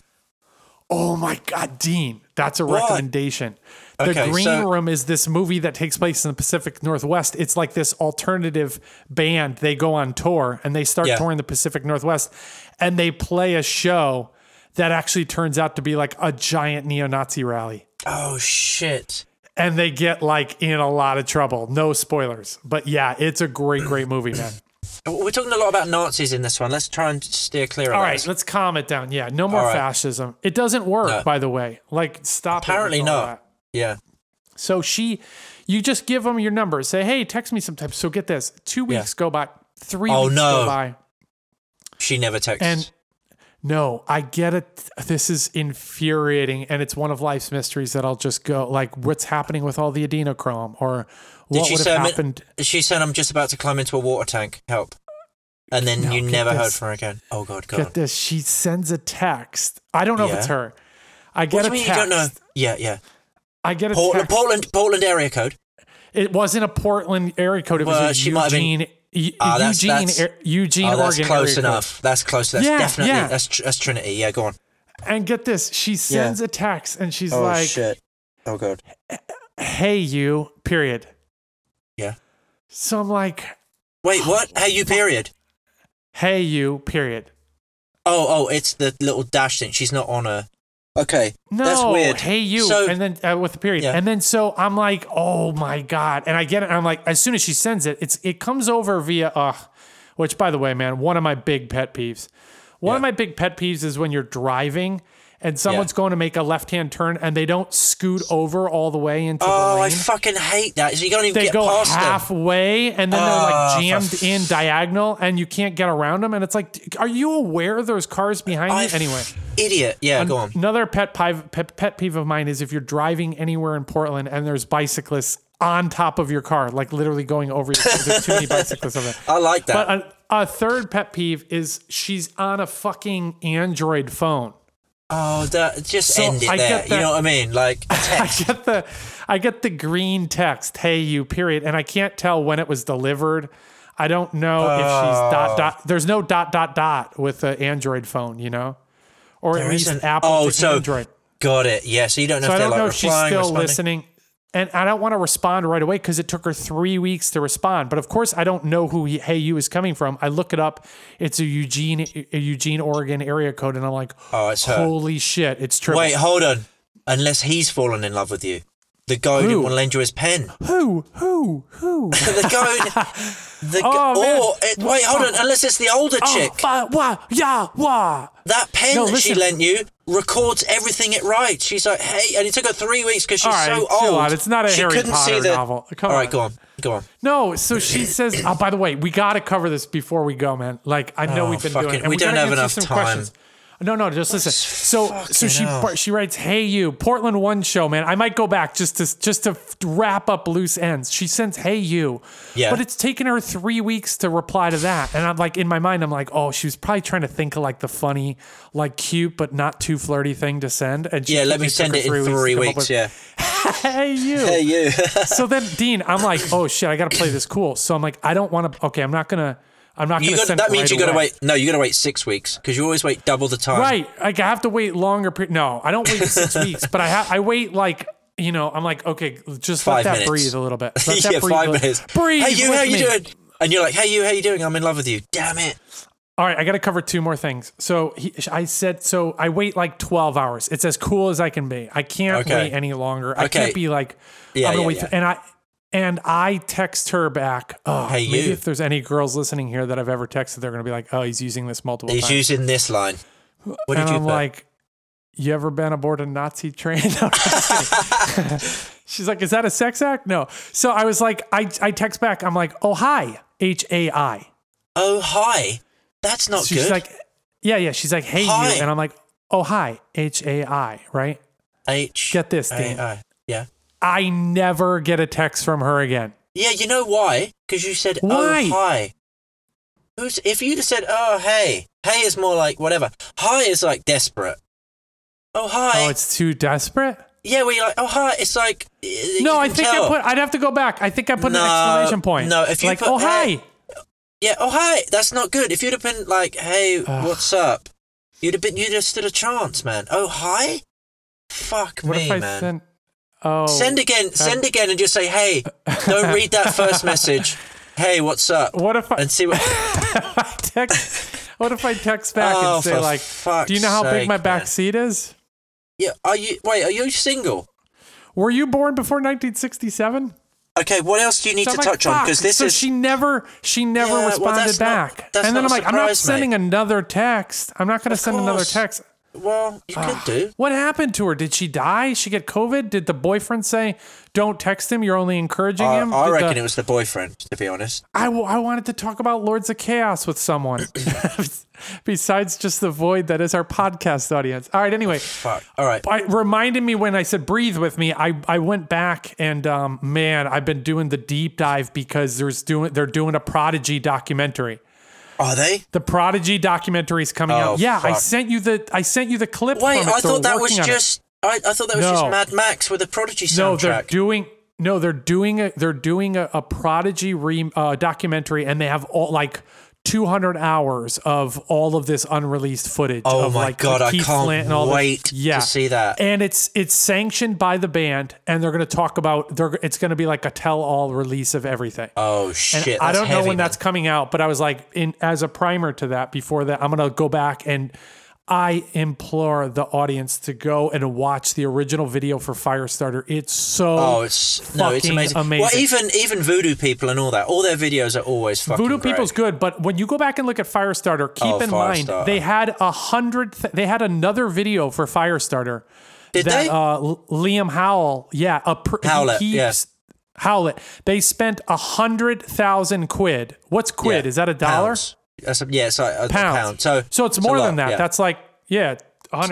Oh my God, Dean, that's a What? recommendation. The Okay, Green so- Room is this movie that takes place in the Pacific Northwest. It's like this alternative band. They go on tour and they start Yeah. touring the Pacific Northwest and they play a show that actually turns out to be like a giant neo Nazi rally. Oh shit! And they get like in a lot of trouble. No spoilers. But yeah, it's a great, great movie, man. We're talking a lot about Nazis in this one. Let's try and steer clear of All those. right, let's calm it down. Yeah, no more All right. fascism. It doesn't work, No. by the way. Like, stop. it with Apparently all not. that. Yeah. So she, you just give them your number. Say, hey, text me sometime. So get this: two Yeah. weeks go by, three Oh, weeks no. go by, She never texts. and no, I get it. This is infuriating, and it's one of life's mysteries that I'll just go like, what's happening with all the adenochrome, or what she would say I'm have in- happened? she said, "I'm just about to climb into a water tank. Help!" And then No, you get never heard this. from her again. Oh god, God. Get this: she sends a text. I don't know if it's Yeah. her. I what do get a you mean text. you don't know? Yeah, yeah. I get a Portland, text. Portland, Portland area code. It wasn't a Portland area code. It was Well, a she might have been- Eugene, E- Ah, that's- Eugene, that's- Air- Eugene, Oh, that's Oregon close area code. enough. That's close. That's Yeah, definitely yeah. that's tr- that's Trinity. Yeah, go on. And get this, she sends a text and she's oh like, shit! Oh god. "Hey you." Period. Yeah. So I'm like, Wait, what? Hey, you period? "Hey you." Period. Oh, oh, it's the little dash thing. She's not on a. Okay, No, that's weird. hey you, So and then uh, with the period, Yeah. and then so I'm like, oh my god, and I get it. And I'm like, as soon as she sends it, it's it comes over via, uh, which by the way, man, one of my big pet peeves. One of Yeah. my big pet peeves is when you're driving and someone's going to make a left hand turn and they don't scoot over all the way into the oh, lane. I fucking hate that. So you can't even they get go past them. halfway and then they're Ah, like for jammed f- in diagonal and you can't get around them and it's like are you aware there's cars behind I you anyway f- idiot. Yeah, go on. another pet, pive, pet pet peeve of mine is if you're driving anywhere in portland and there's bicyclists on top of your car like literally going over your there's too many bicyclists over there I like that. but a, a third pet peeve is she's on a fucking android phone oh, that just So end it I get there. You that- know what I mean? Like I text. get the I get the green text, hey you period, and I can't tell when it was delivered. I don't know if she's Oh. dot dot there's no dot dot dot with the Android phone, you know? Or at There least isn't- Apple oh, to so Android. Got it. Yeah. So you don't know So if I they're don't like know if she's replying, still responding. listening. And I don't want to respond right away because it took her three weeks to respond. But of course, I don't know who he, Hey You is coming from. I look it up. It's a Eugene, a Eugene, Oregon area code, and I'm like, Oh, it's her. holy shit, it's true. Wait, hold on. Unless he's fallen in love with you, the guy who didn't Who? want to lend you his pen. who, who, who? the guy. The, Oh, gu- man. or it, wait, hold on. Unless it's the older chick. Oh, fi- wah, yeah, wah. That pen No, that she listen. lent you records everything it writes. She's like, hey, and it took her three weeks because she's All right, so chill old. out. It's not a she Harry couldn't see Potter the... novel. Come All on. right, go on, go on. No, so she says. Oh, by the way, we got to cover this before we go, man. Like I know Oh, we've been fucking- doing, it, and we don't gotta have answer enough some time. Questions. No, no, just listen. So, so Fucking she hell. par- she writes, "Hey, you, Portland One show, man. I might go back just to just to f- wrap up loose ends." She sends, "Hey, you," Yeah. but it's taken her three weeks to reply to that, and I'm like, in my mind, I'm like, "Oh, she was probably trying to think of like the funny, like cute but not too flirty thing to send." And she Yeah, let took- me took send her it in three to come up weeks. with- yeah. Hey, you. Hey, you. so then Dean, I'm like, oh shit, I gotta play this cool. So I'm like, I don't want to. Okay, I'm not gonna. I'm not you gonna. got, send that it means right you got to away. wait. No, you got to wait six weeks because you always wait double the time. Right, like I have to wait longer. Per- no, I don't wait six weeks, but I ha- I wait like you know. I'm like, okay, just Five let that minutes. breathe a little bit. Let that yeah, breathe a five little- minutes. Breathe. Hey, you. with How you me. doing? And you're like, hey, you. How you doing? I'm in love with you. Damn it. All right, I got to cover two more things. So he, I said, so I wait like 12 hours. It's as cool as I can be. I can't Okay. wait any longer. I Okay. can't be like, Yeah, I'm gonna yeah, wait. yeah. And I, and I text her back. Oh, Hey, maybe you. if there's any girls listening here that I've ever texted, they're gonna be like, oh, he's using this multiple He's times. using this line. What did and you I'm put? like, you ever been aboard a Nazi train? No, I'm just kidding. She's like, is that a sex act? No. So I was like, I, I text back. I'm like, oh hi, H A I. oh hi. That's not she's good. like, yeah, yeah. She's like, hey, Hi. you, and I'm like, oh hi, H A I, right? H. Get this, A- Dan. I. Yeah. I never get a text from her again. Yeah, you know why? Because you said, Why? oh, hi. Who's, if you'd have said, oh, hey, hey is more like whatever. Hi is like desperate. Oh, hi. Oh, it's too desperate. yeah, where you're like, oh, hi. It's like. No, I think I put. I'd have to go back. I think I put No, an exclamation point. no, if you like, put, oh hey, hi, Yeah, oh, hi. That's not good. If you'd have been like, hey, Ugh. what's up? You'd have been, you'd have stood a chance, man. Oh, hi? Fuck what me, if I man. sent? Oh, send again, send again and just say, hey, don't read that first message. Hey, what's up? What if I And see what. I text? What if I text back Oh, and say for like, fuck's "Do you know how big sake, my back man." seat is? Yeah, are you wait? Are you single? Were you born before 1967?" Okay, what else do you need So to I'm like, touch on? "Fuck." Because this so is she never she never Yeah, well, responded that's not- back. that's and then not I'm a like, "I'm not surprise, mate." sending another text. I'm not going to Of send another course. text." well, you could do. What happened to her? Did she die? She get COVID? Did the boyfriend say, "Don't text him. You're only encouraging I, him"? Uh, I Did reckon the- it was the boyfriend, to be honest. I, w- I wanted to talk about Lords of Chaos with someone besides just the void that is our podcast audience. All right, anyway, Fuck. All right. I reminded me when I said breathe with me, I, I went back and um, man, I've been doing the deep dive because there's doing they're doing a Prodigy documentary. Are they? The Prodigy documentary is coming Oh, out. Yeah, I fuck. sent you the I sent you the clip. Wait, from it. I They're thought that was working on it. just. I, I thought that was No. just Mad Max with a Prodigy soundtrack. No, they're doing no, they're doing a they're doing a, a prodigy re, uh, documentary, and they have all like 200 hours of all of this unreleased footage. Oh of, my like, God, I Keith can't Flint and all this- wait to Yeah. see that. And it's it's sanctioned by the band, and they're going to talk about they're it's going to be like a tell all release of everything. oh And shit! I that's don't know heavy, when man. that's coming out, but I was like, in as a primer to that, before that, I'm gonna go back and I implore the audience to go and watch the original video for Firestarter. It's so Oh, it's no, it's fucking amazing. Well, amazing. even even Voodoo people and all that, all their videos are always fucking Voodoo great. People's good, but when you go back and look at Firestarter, keep Oh, in mind Firestarter. they had a hundred. Th- they had another video for Firestarter. Did that, they? Uh, L- Liam Howell, yeah, a pr- Howlett, He, yeah. keeps- Howlett. They spent a hundred thousand quid. What's quid? Yeah. Is that a dollar? Pounds. That's a, yeah, it's like uh, a, a pounds. pound. So it's a more than lot, that. yeah. That's like yeah,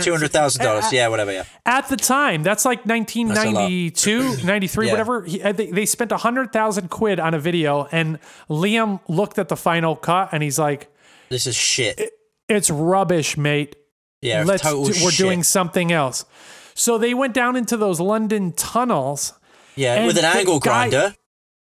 two hundred thousand dollars. At, Yeah, whatever. Yeah. at the time, that's like 1992, 93, Yeah. whatever. He, uh, they, they spent 100,000 quid on a video and Liam looked at the final cut and he's like, This is shit. "It's rubbish, mate. Yeah, Let's total do, we're shit. doing something else." So they went down into those London tunnels yeah and with an the angle guy- grinder.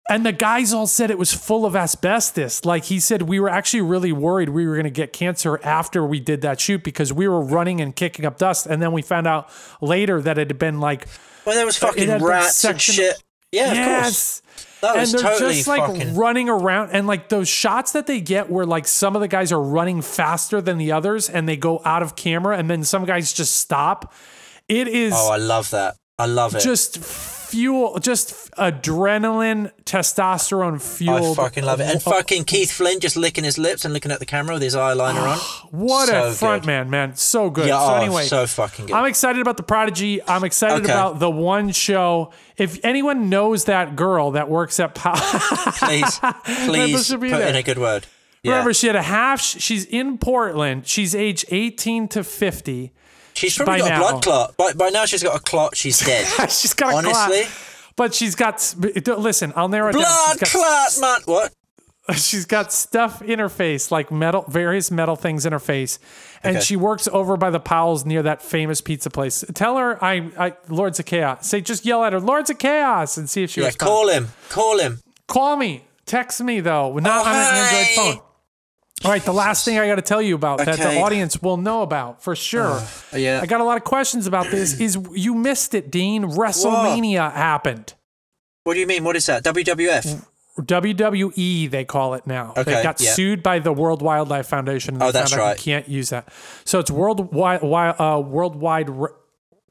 And the guys all said it was full of asbestos. Like he said, we were actually really worried we were going to get cancer after we did that shoot because we were running and kicking up dust. And then we found out later that it had been like, Well, there was fucking had been rats section- and shit. Yeah, yes. of course. That And was they're totally just like fucking. running around. And like those shots that they get where like some of the guys are running faster than the others and they go out of camera and then some guys just stop. It is oh, I love that. I love it. just fuel, just adrenaline, testosterone I fueled. fucking love it. And fucking Keith Flynn just licking his lips and looking at the camera with his eyeliner on. What a So front good. man, man. So good. Yeah, so oh, anyway, so fucking good. I'm excited about the Prodigy. I'm excited Okay. about the one show. If anyone knows that girl that works at Power, please, please should put be there. in a good word. Yeah. remember she had a half. She's in Portland. She's age 18 to 50. she's probably by got now- a blood clot. By, by now, she's got a clot. She's dead. She's got a Honestly? clot. But she's got. Listen, I'll narrow it down. blood She's got clot, man. What? she's got stuff in her face, like metal, various metal things in her face, and Okay. she works over by the Powell's near that famous pizza place. Tell her I, I Lords of Chaos. Say just yell at her, Lords of Chaos, and see if she Yeah, responds. call him. Call him. Call me, text me though, not Oh, on an Android hi. phone. All right, the last thing I got to tell you about that the Okay. Uh, audience will know about for sure. yeah. I got a lot of questions about this. Is you missed it, Dean? WrestleMania happened. What do you mean? What is that? WWF? WWE E, they call it now. they Okay, got yeah. sued by the World Wildlife Foundation. And they Oh, that's found out right. You can't use that. So it's World Wide, uh, Worldwide, Re-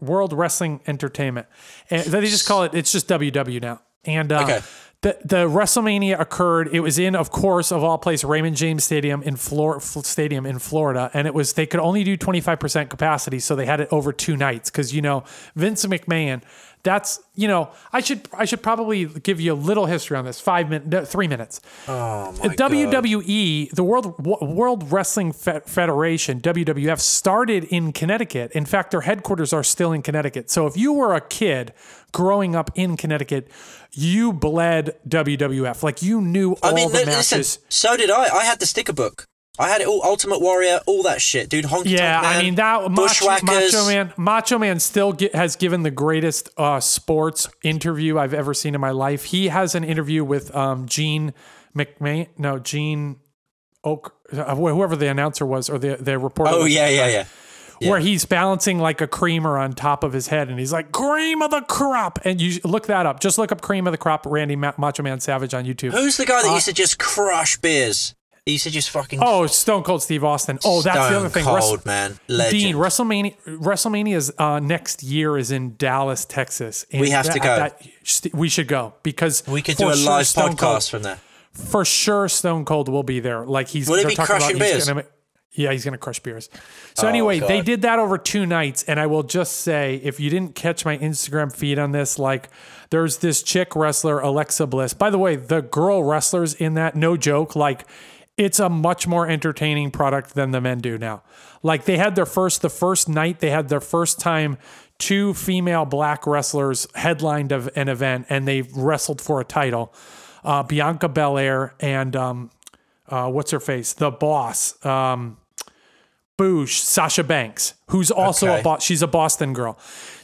World Wrestling Entertainment. And they just call it. It's just WW now. And uh, Okay. the the WrestleMania occurred. It was in, of course, of all place, Raymond James Stadium in Flor- F- Stadium in Florida, and it was they could only do twenty five percent capacity, so they had it over two nights because you know Vince McMahon. That's you know I should I should probably give you a little history on this five minutes three minutes. Oh my god. WWE, E, the World Wo- World Wrestling Fe- Federation (WWF) started in Connecticut. In fact, their headquarters are still in Connecticut. So if you were a kid growing up in Connecticut, you bled WWF. Like you knew all I mean, the li- matches. listen. So did I. I had the sticker book. I had it all. Ultimate Warrior, all that shit, dude. Honky Yeah, Tonk Man, I mean that Macho, Bushwhackers. Macho Man. Macho Man still gi- has given the greatest uh, sports interview I've ever seen in my life. He has an interview with um, Gene McMahon. No, Gene Oak, uh, wh- whoever the announcer was or the the reporter. Oh was, yeah, yeah, yeah. where he's balancing like a creamer on top of his head, and he's like cream of the crop. And you look that up. Just look up cream of the crop, Randy Ma- Macho Man Savage on YouTube. Who's the guy that used to just crush beers? He used to just fucking. Oh, Stone Cold Steve Austin. Oh, that's the Stone other thing. Cold Wrestling- man, legend. Dean, WrestleMania WrestleMania's uh, next year is in Dallas, Texas. And We have to go. st- we should go because we could for do a sure live Stone podcast Cold, from there. for sure. Stone Cold will be there. Like he's Will he they're be talking crushing about he's beers? gonna ma- yeah, he's gonna crush beers. So Oh, anyway, they God. did that over two nights, and I will just say, if you didn't catch my Instagram feed on this, like there's this chick wrestler Alexa Bliss. By the way, the girl wrestlers in that, no joke, like it's a much more entertaining product than the men do now. Like they had their first, the first night they had their first time two female black wrestlers headlined of an event, and they wrestled for a title. Uh, Bianca Belair and um, uh, what's her face, the boss, um, Boosh, Sasha Banks, who's also Okay. a boss. She's a Boston girl.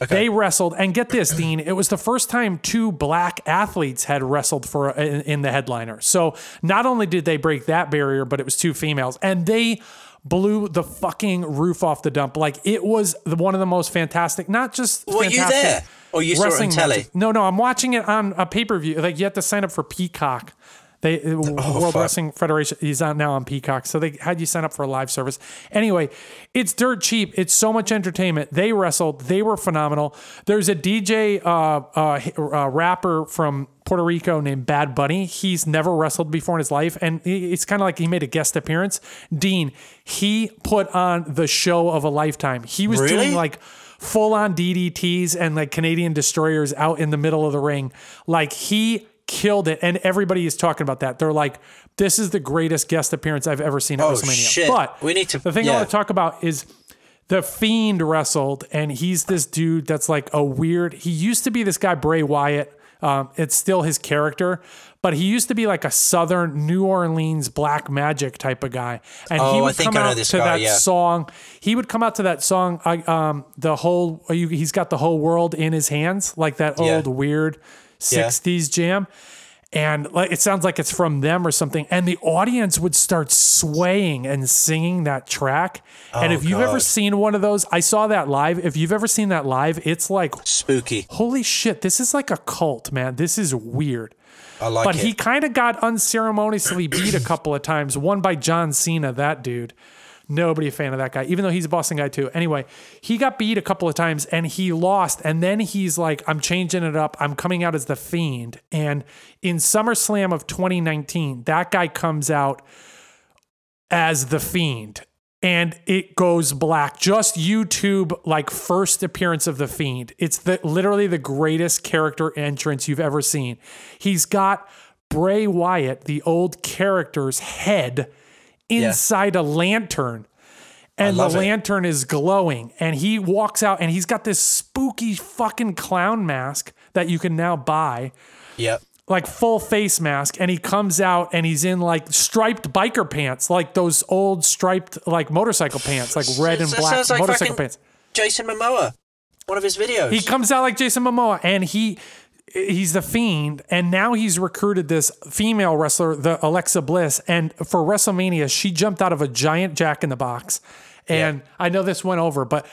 They wrestled, and get this, Dean, it was the first time two black athletes had wrestled for in, in the headliner. So not only did they break that barrier, but it was two females, and they blew the fucking roof off the dump. Like it was the, one of the most fantastic, not just Were you fantastic there? Or you saw it on wrestling telly? matches. No, no, I'm watching it on a pay per view. Like you have to sign up for Peacock. They uh, World Oh, fuck. Wrestling Federation is on now on Peacock, so they had you sign up for a live service. Anyway, it's dirt cheap. It's so much entertainment. They wrestled. They were phenomenal. There's a DJ uh, uh, h- uh, rapper from Puerto Rico named Bad Bunny. He's never wrestled before in his life, and he- it's kind of like he made a guest appearance. Dean, he put on the show of a lifetime. He was Really? doing like full on DDTs and like Canadian destroyers out in the middle of the ring. Like he killed it, and everybody is talking about that. They're like, "This is the greatest guest appearance I've ever seen at Oh, WrestleMania." shit. But We need to- The thing I yeah. want to talk about is. The Fiend wrestled, and he's this dude that's like a weird. He used to be this guy Bray Wyatt. Um, it's still his character, but he used to be like a Southern New Orleans black magic type of guy, and he Oh, I would think come I know out this to guy, that yeah. song. He would come out to that song. I um the whole you, he's got the whole world in his hands, like that Yeah. old weird '60s jam, and like it sounds like it's from them or something. And the audience would start swaying and singing that track. and Oh, if you've ever God. seen one of those, I saw that live. If you've ever seen that live, it's like Spooky. holy shit, this is like a cult, man. This is weird I like but it. he kind of got unceremoniously beat a couple of times. One by John Cena, that dude. Nobody a fan of that guy, even though he's a Boston guy too. Anyway, he got beat a couple of times and he lost. And then he's like, I'm changing it up. I'm coming out as the fiend. And in SummerSlam of 2019, that guy comes out as the fiend and it goes black just youtube like first appearance of the fiend it's the literally the greatest character entrance you've ever seen he's got bray wyatt the old character's head inside a lantern and the love it. lantern is glowing and he walks out and he's got this spooky fucking clown mask that you can now buy yep. like full face mask and he comes out and he's in like striped biker pants like those old striped like motorcycle pants like red and That black sounds like motorcycle fucking pants Jason Momoa, one of his videos. he comes out like jason momoa and he he's the fiend and now he's recruited this female wrestler the alexa bliss and for wrestlemania she jumped out of a giant jack-in-the-box and i know this went over but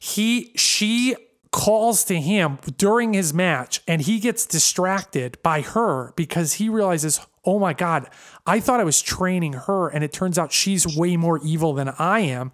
he she calls to him during his match and he gets distracted by her because he realizes oh my god i thought i was training her and it turns out she's way more evil than i am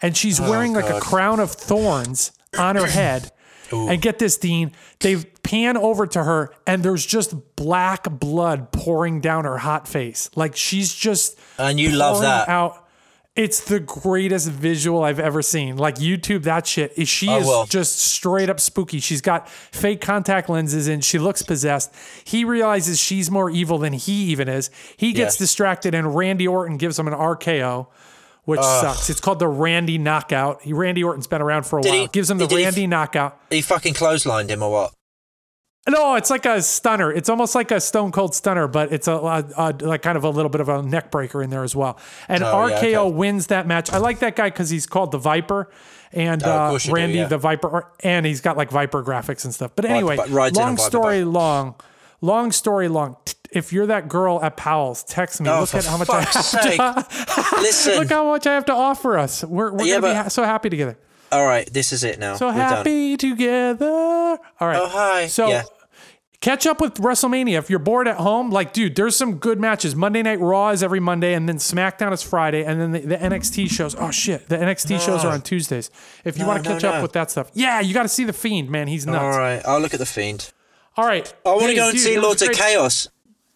and she's Oh, wearing like a crown of thorns on her head and get this dean they pan over to her and there's just black blood pouring down her hot face like she's just and you love pouring that. out It's the greatest visual I've ever seen. Like YouTube, that shit. is- She I is will. just straight up spooky. She's got fake contact lenses and she looks possessed. He realizes she's more evil than he even is. He gets Yes. distracted and Randy Orton gives him an RKO, which sucks. It's called the Randy knockout. He- Randy Orton's been around for a Did while. he- gives him the did he- Randy knockout. He fucking clotheslined him or what? No, it's like a stunner. It's almost like a Stone Cold stunner, but it's a, a, a- like kind of a little bit of a neck breaker in there as well. And Oh, yeah, RKO okay. wins that match. I like that guy because he's called the Viper, and Oh, of uh, course you do, Randy yeah. the Viper, or- and he's got like Viper graphics and stuff. But anyway, but rides in a long Viper story long, long story long. T- If you're that girl at Powell's, text me. Oh, Look for at how much I fuck's have sake. to. Listen. Look how much I have to offer us. We're, we're Yeah, gonna be but- ha- so happy together. All right, this is it now. So We're done. happy together. All right. Oh, hi. So Yeah. catch up with WrestleMania if you're bored at home. Like, dude, there's some good matches. Monday Night Raw is every Monday, and then SmackDown is Friday, and then the, the NXT shows. Oh shit, the NXT shows are on Tuesdays. If you No, want to no, catch no. up with that stuff, yeah, you got to see the Fiend, man. He's nuts. All All right. right, I'll look at the fiend. I want to Hey, go and dude, see it was Lords of great- Chaos.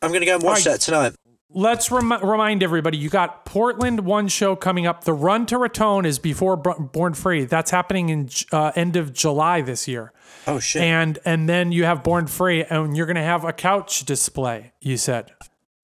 I'm going to go and watch All that right. tonight. Let's rem- remind everybody you got Portland One show coming up. The Run to Raton is before Br- Born Free. That's happening in J- uh, end of July this year. Oh shit! and and then you have Born Free, and you're gonna have a couch display. You said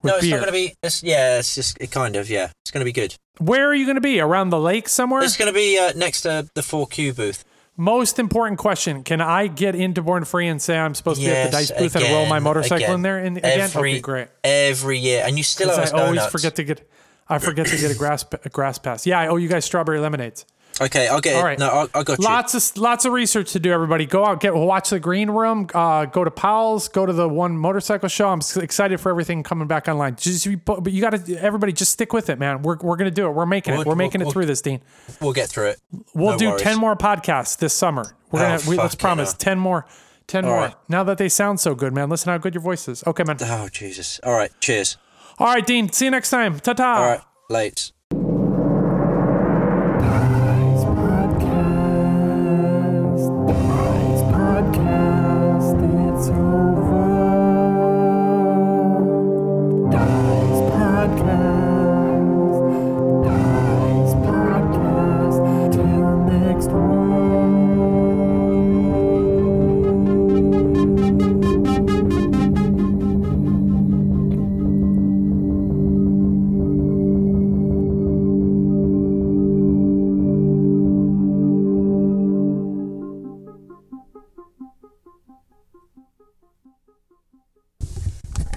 with no, it's beer. not going to be. It's, yeah, it's just it kind of yeah. It's going to be good. Where are you gonna be? Around the lake somewhere? It's going to be uh, next to the 4Q booth. Most important question: Can I get into Born Free and say I'm supposed to be at the dice booth and again, roll my motorcycle again. in there? And again, every, okay, great. Every year, and you still owe us Because I always donuts. forget to get. I forget to get a grass a grass pass. Yeah, I owe you guys strawberry lemonades. Okay, I'll get. All it. right. No, I'll, I got you. Lots of lots of research to do. Everybody, go out, get watch the green room. Uh, go to Powell's. Go to the one motorcycle show. I'm s- excited for everything coming back online. Just you- but you got to everybody just stick with it, man. We're, we're gonna do it. We're making it. We'll- We're making we'll- it through this, Dean. We'll get through it. We'll No do worries. ten more podcasts this summer. We're Oh, gonna we, let's fucking promise hell. ten more, ten more. right. Now that they sound so good, man. Listen how good your voice is. Okay, man. Oh Jesus! All right, cheers. All right, Dean. See you next time. Ta ta. All right, late.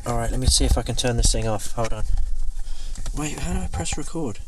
All right, let me see if I can turn this thing off. Hold on. Wait, how do I press record?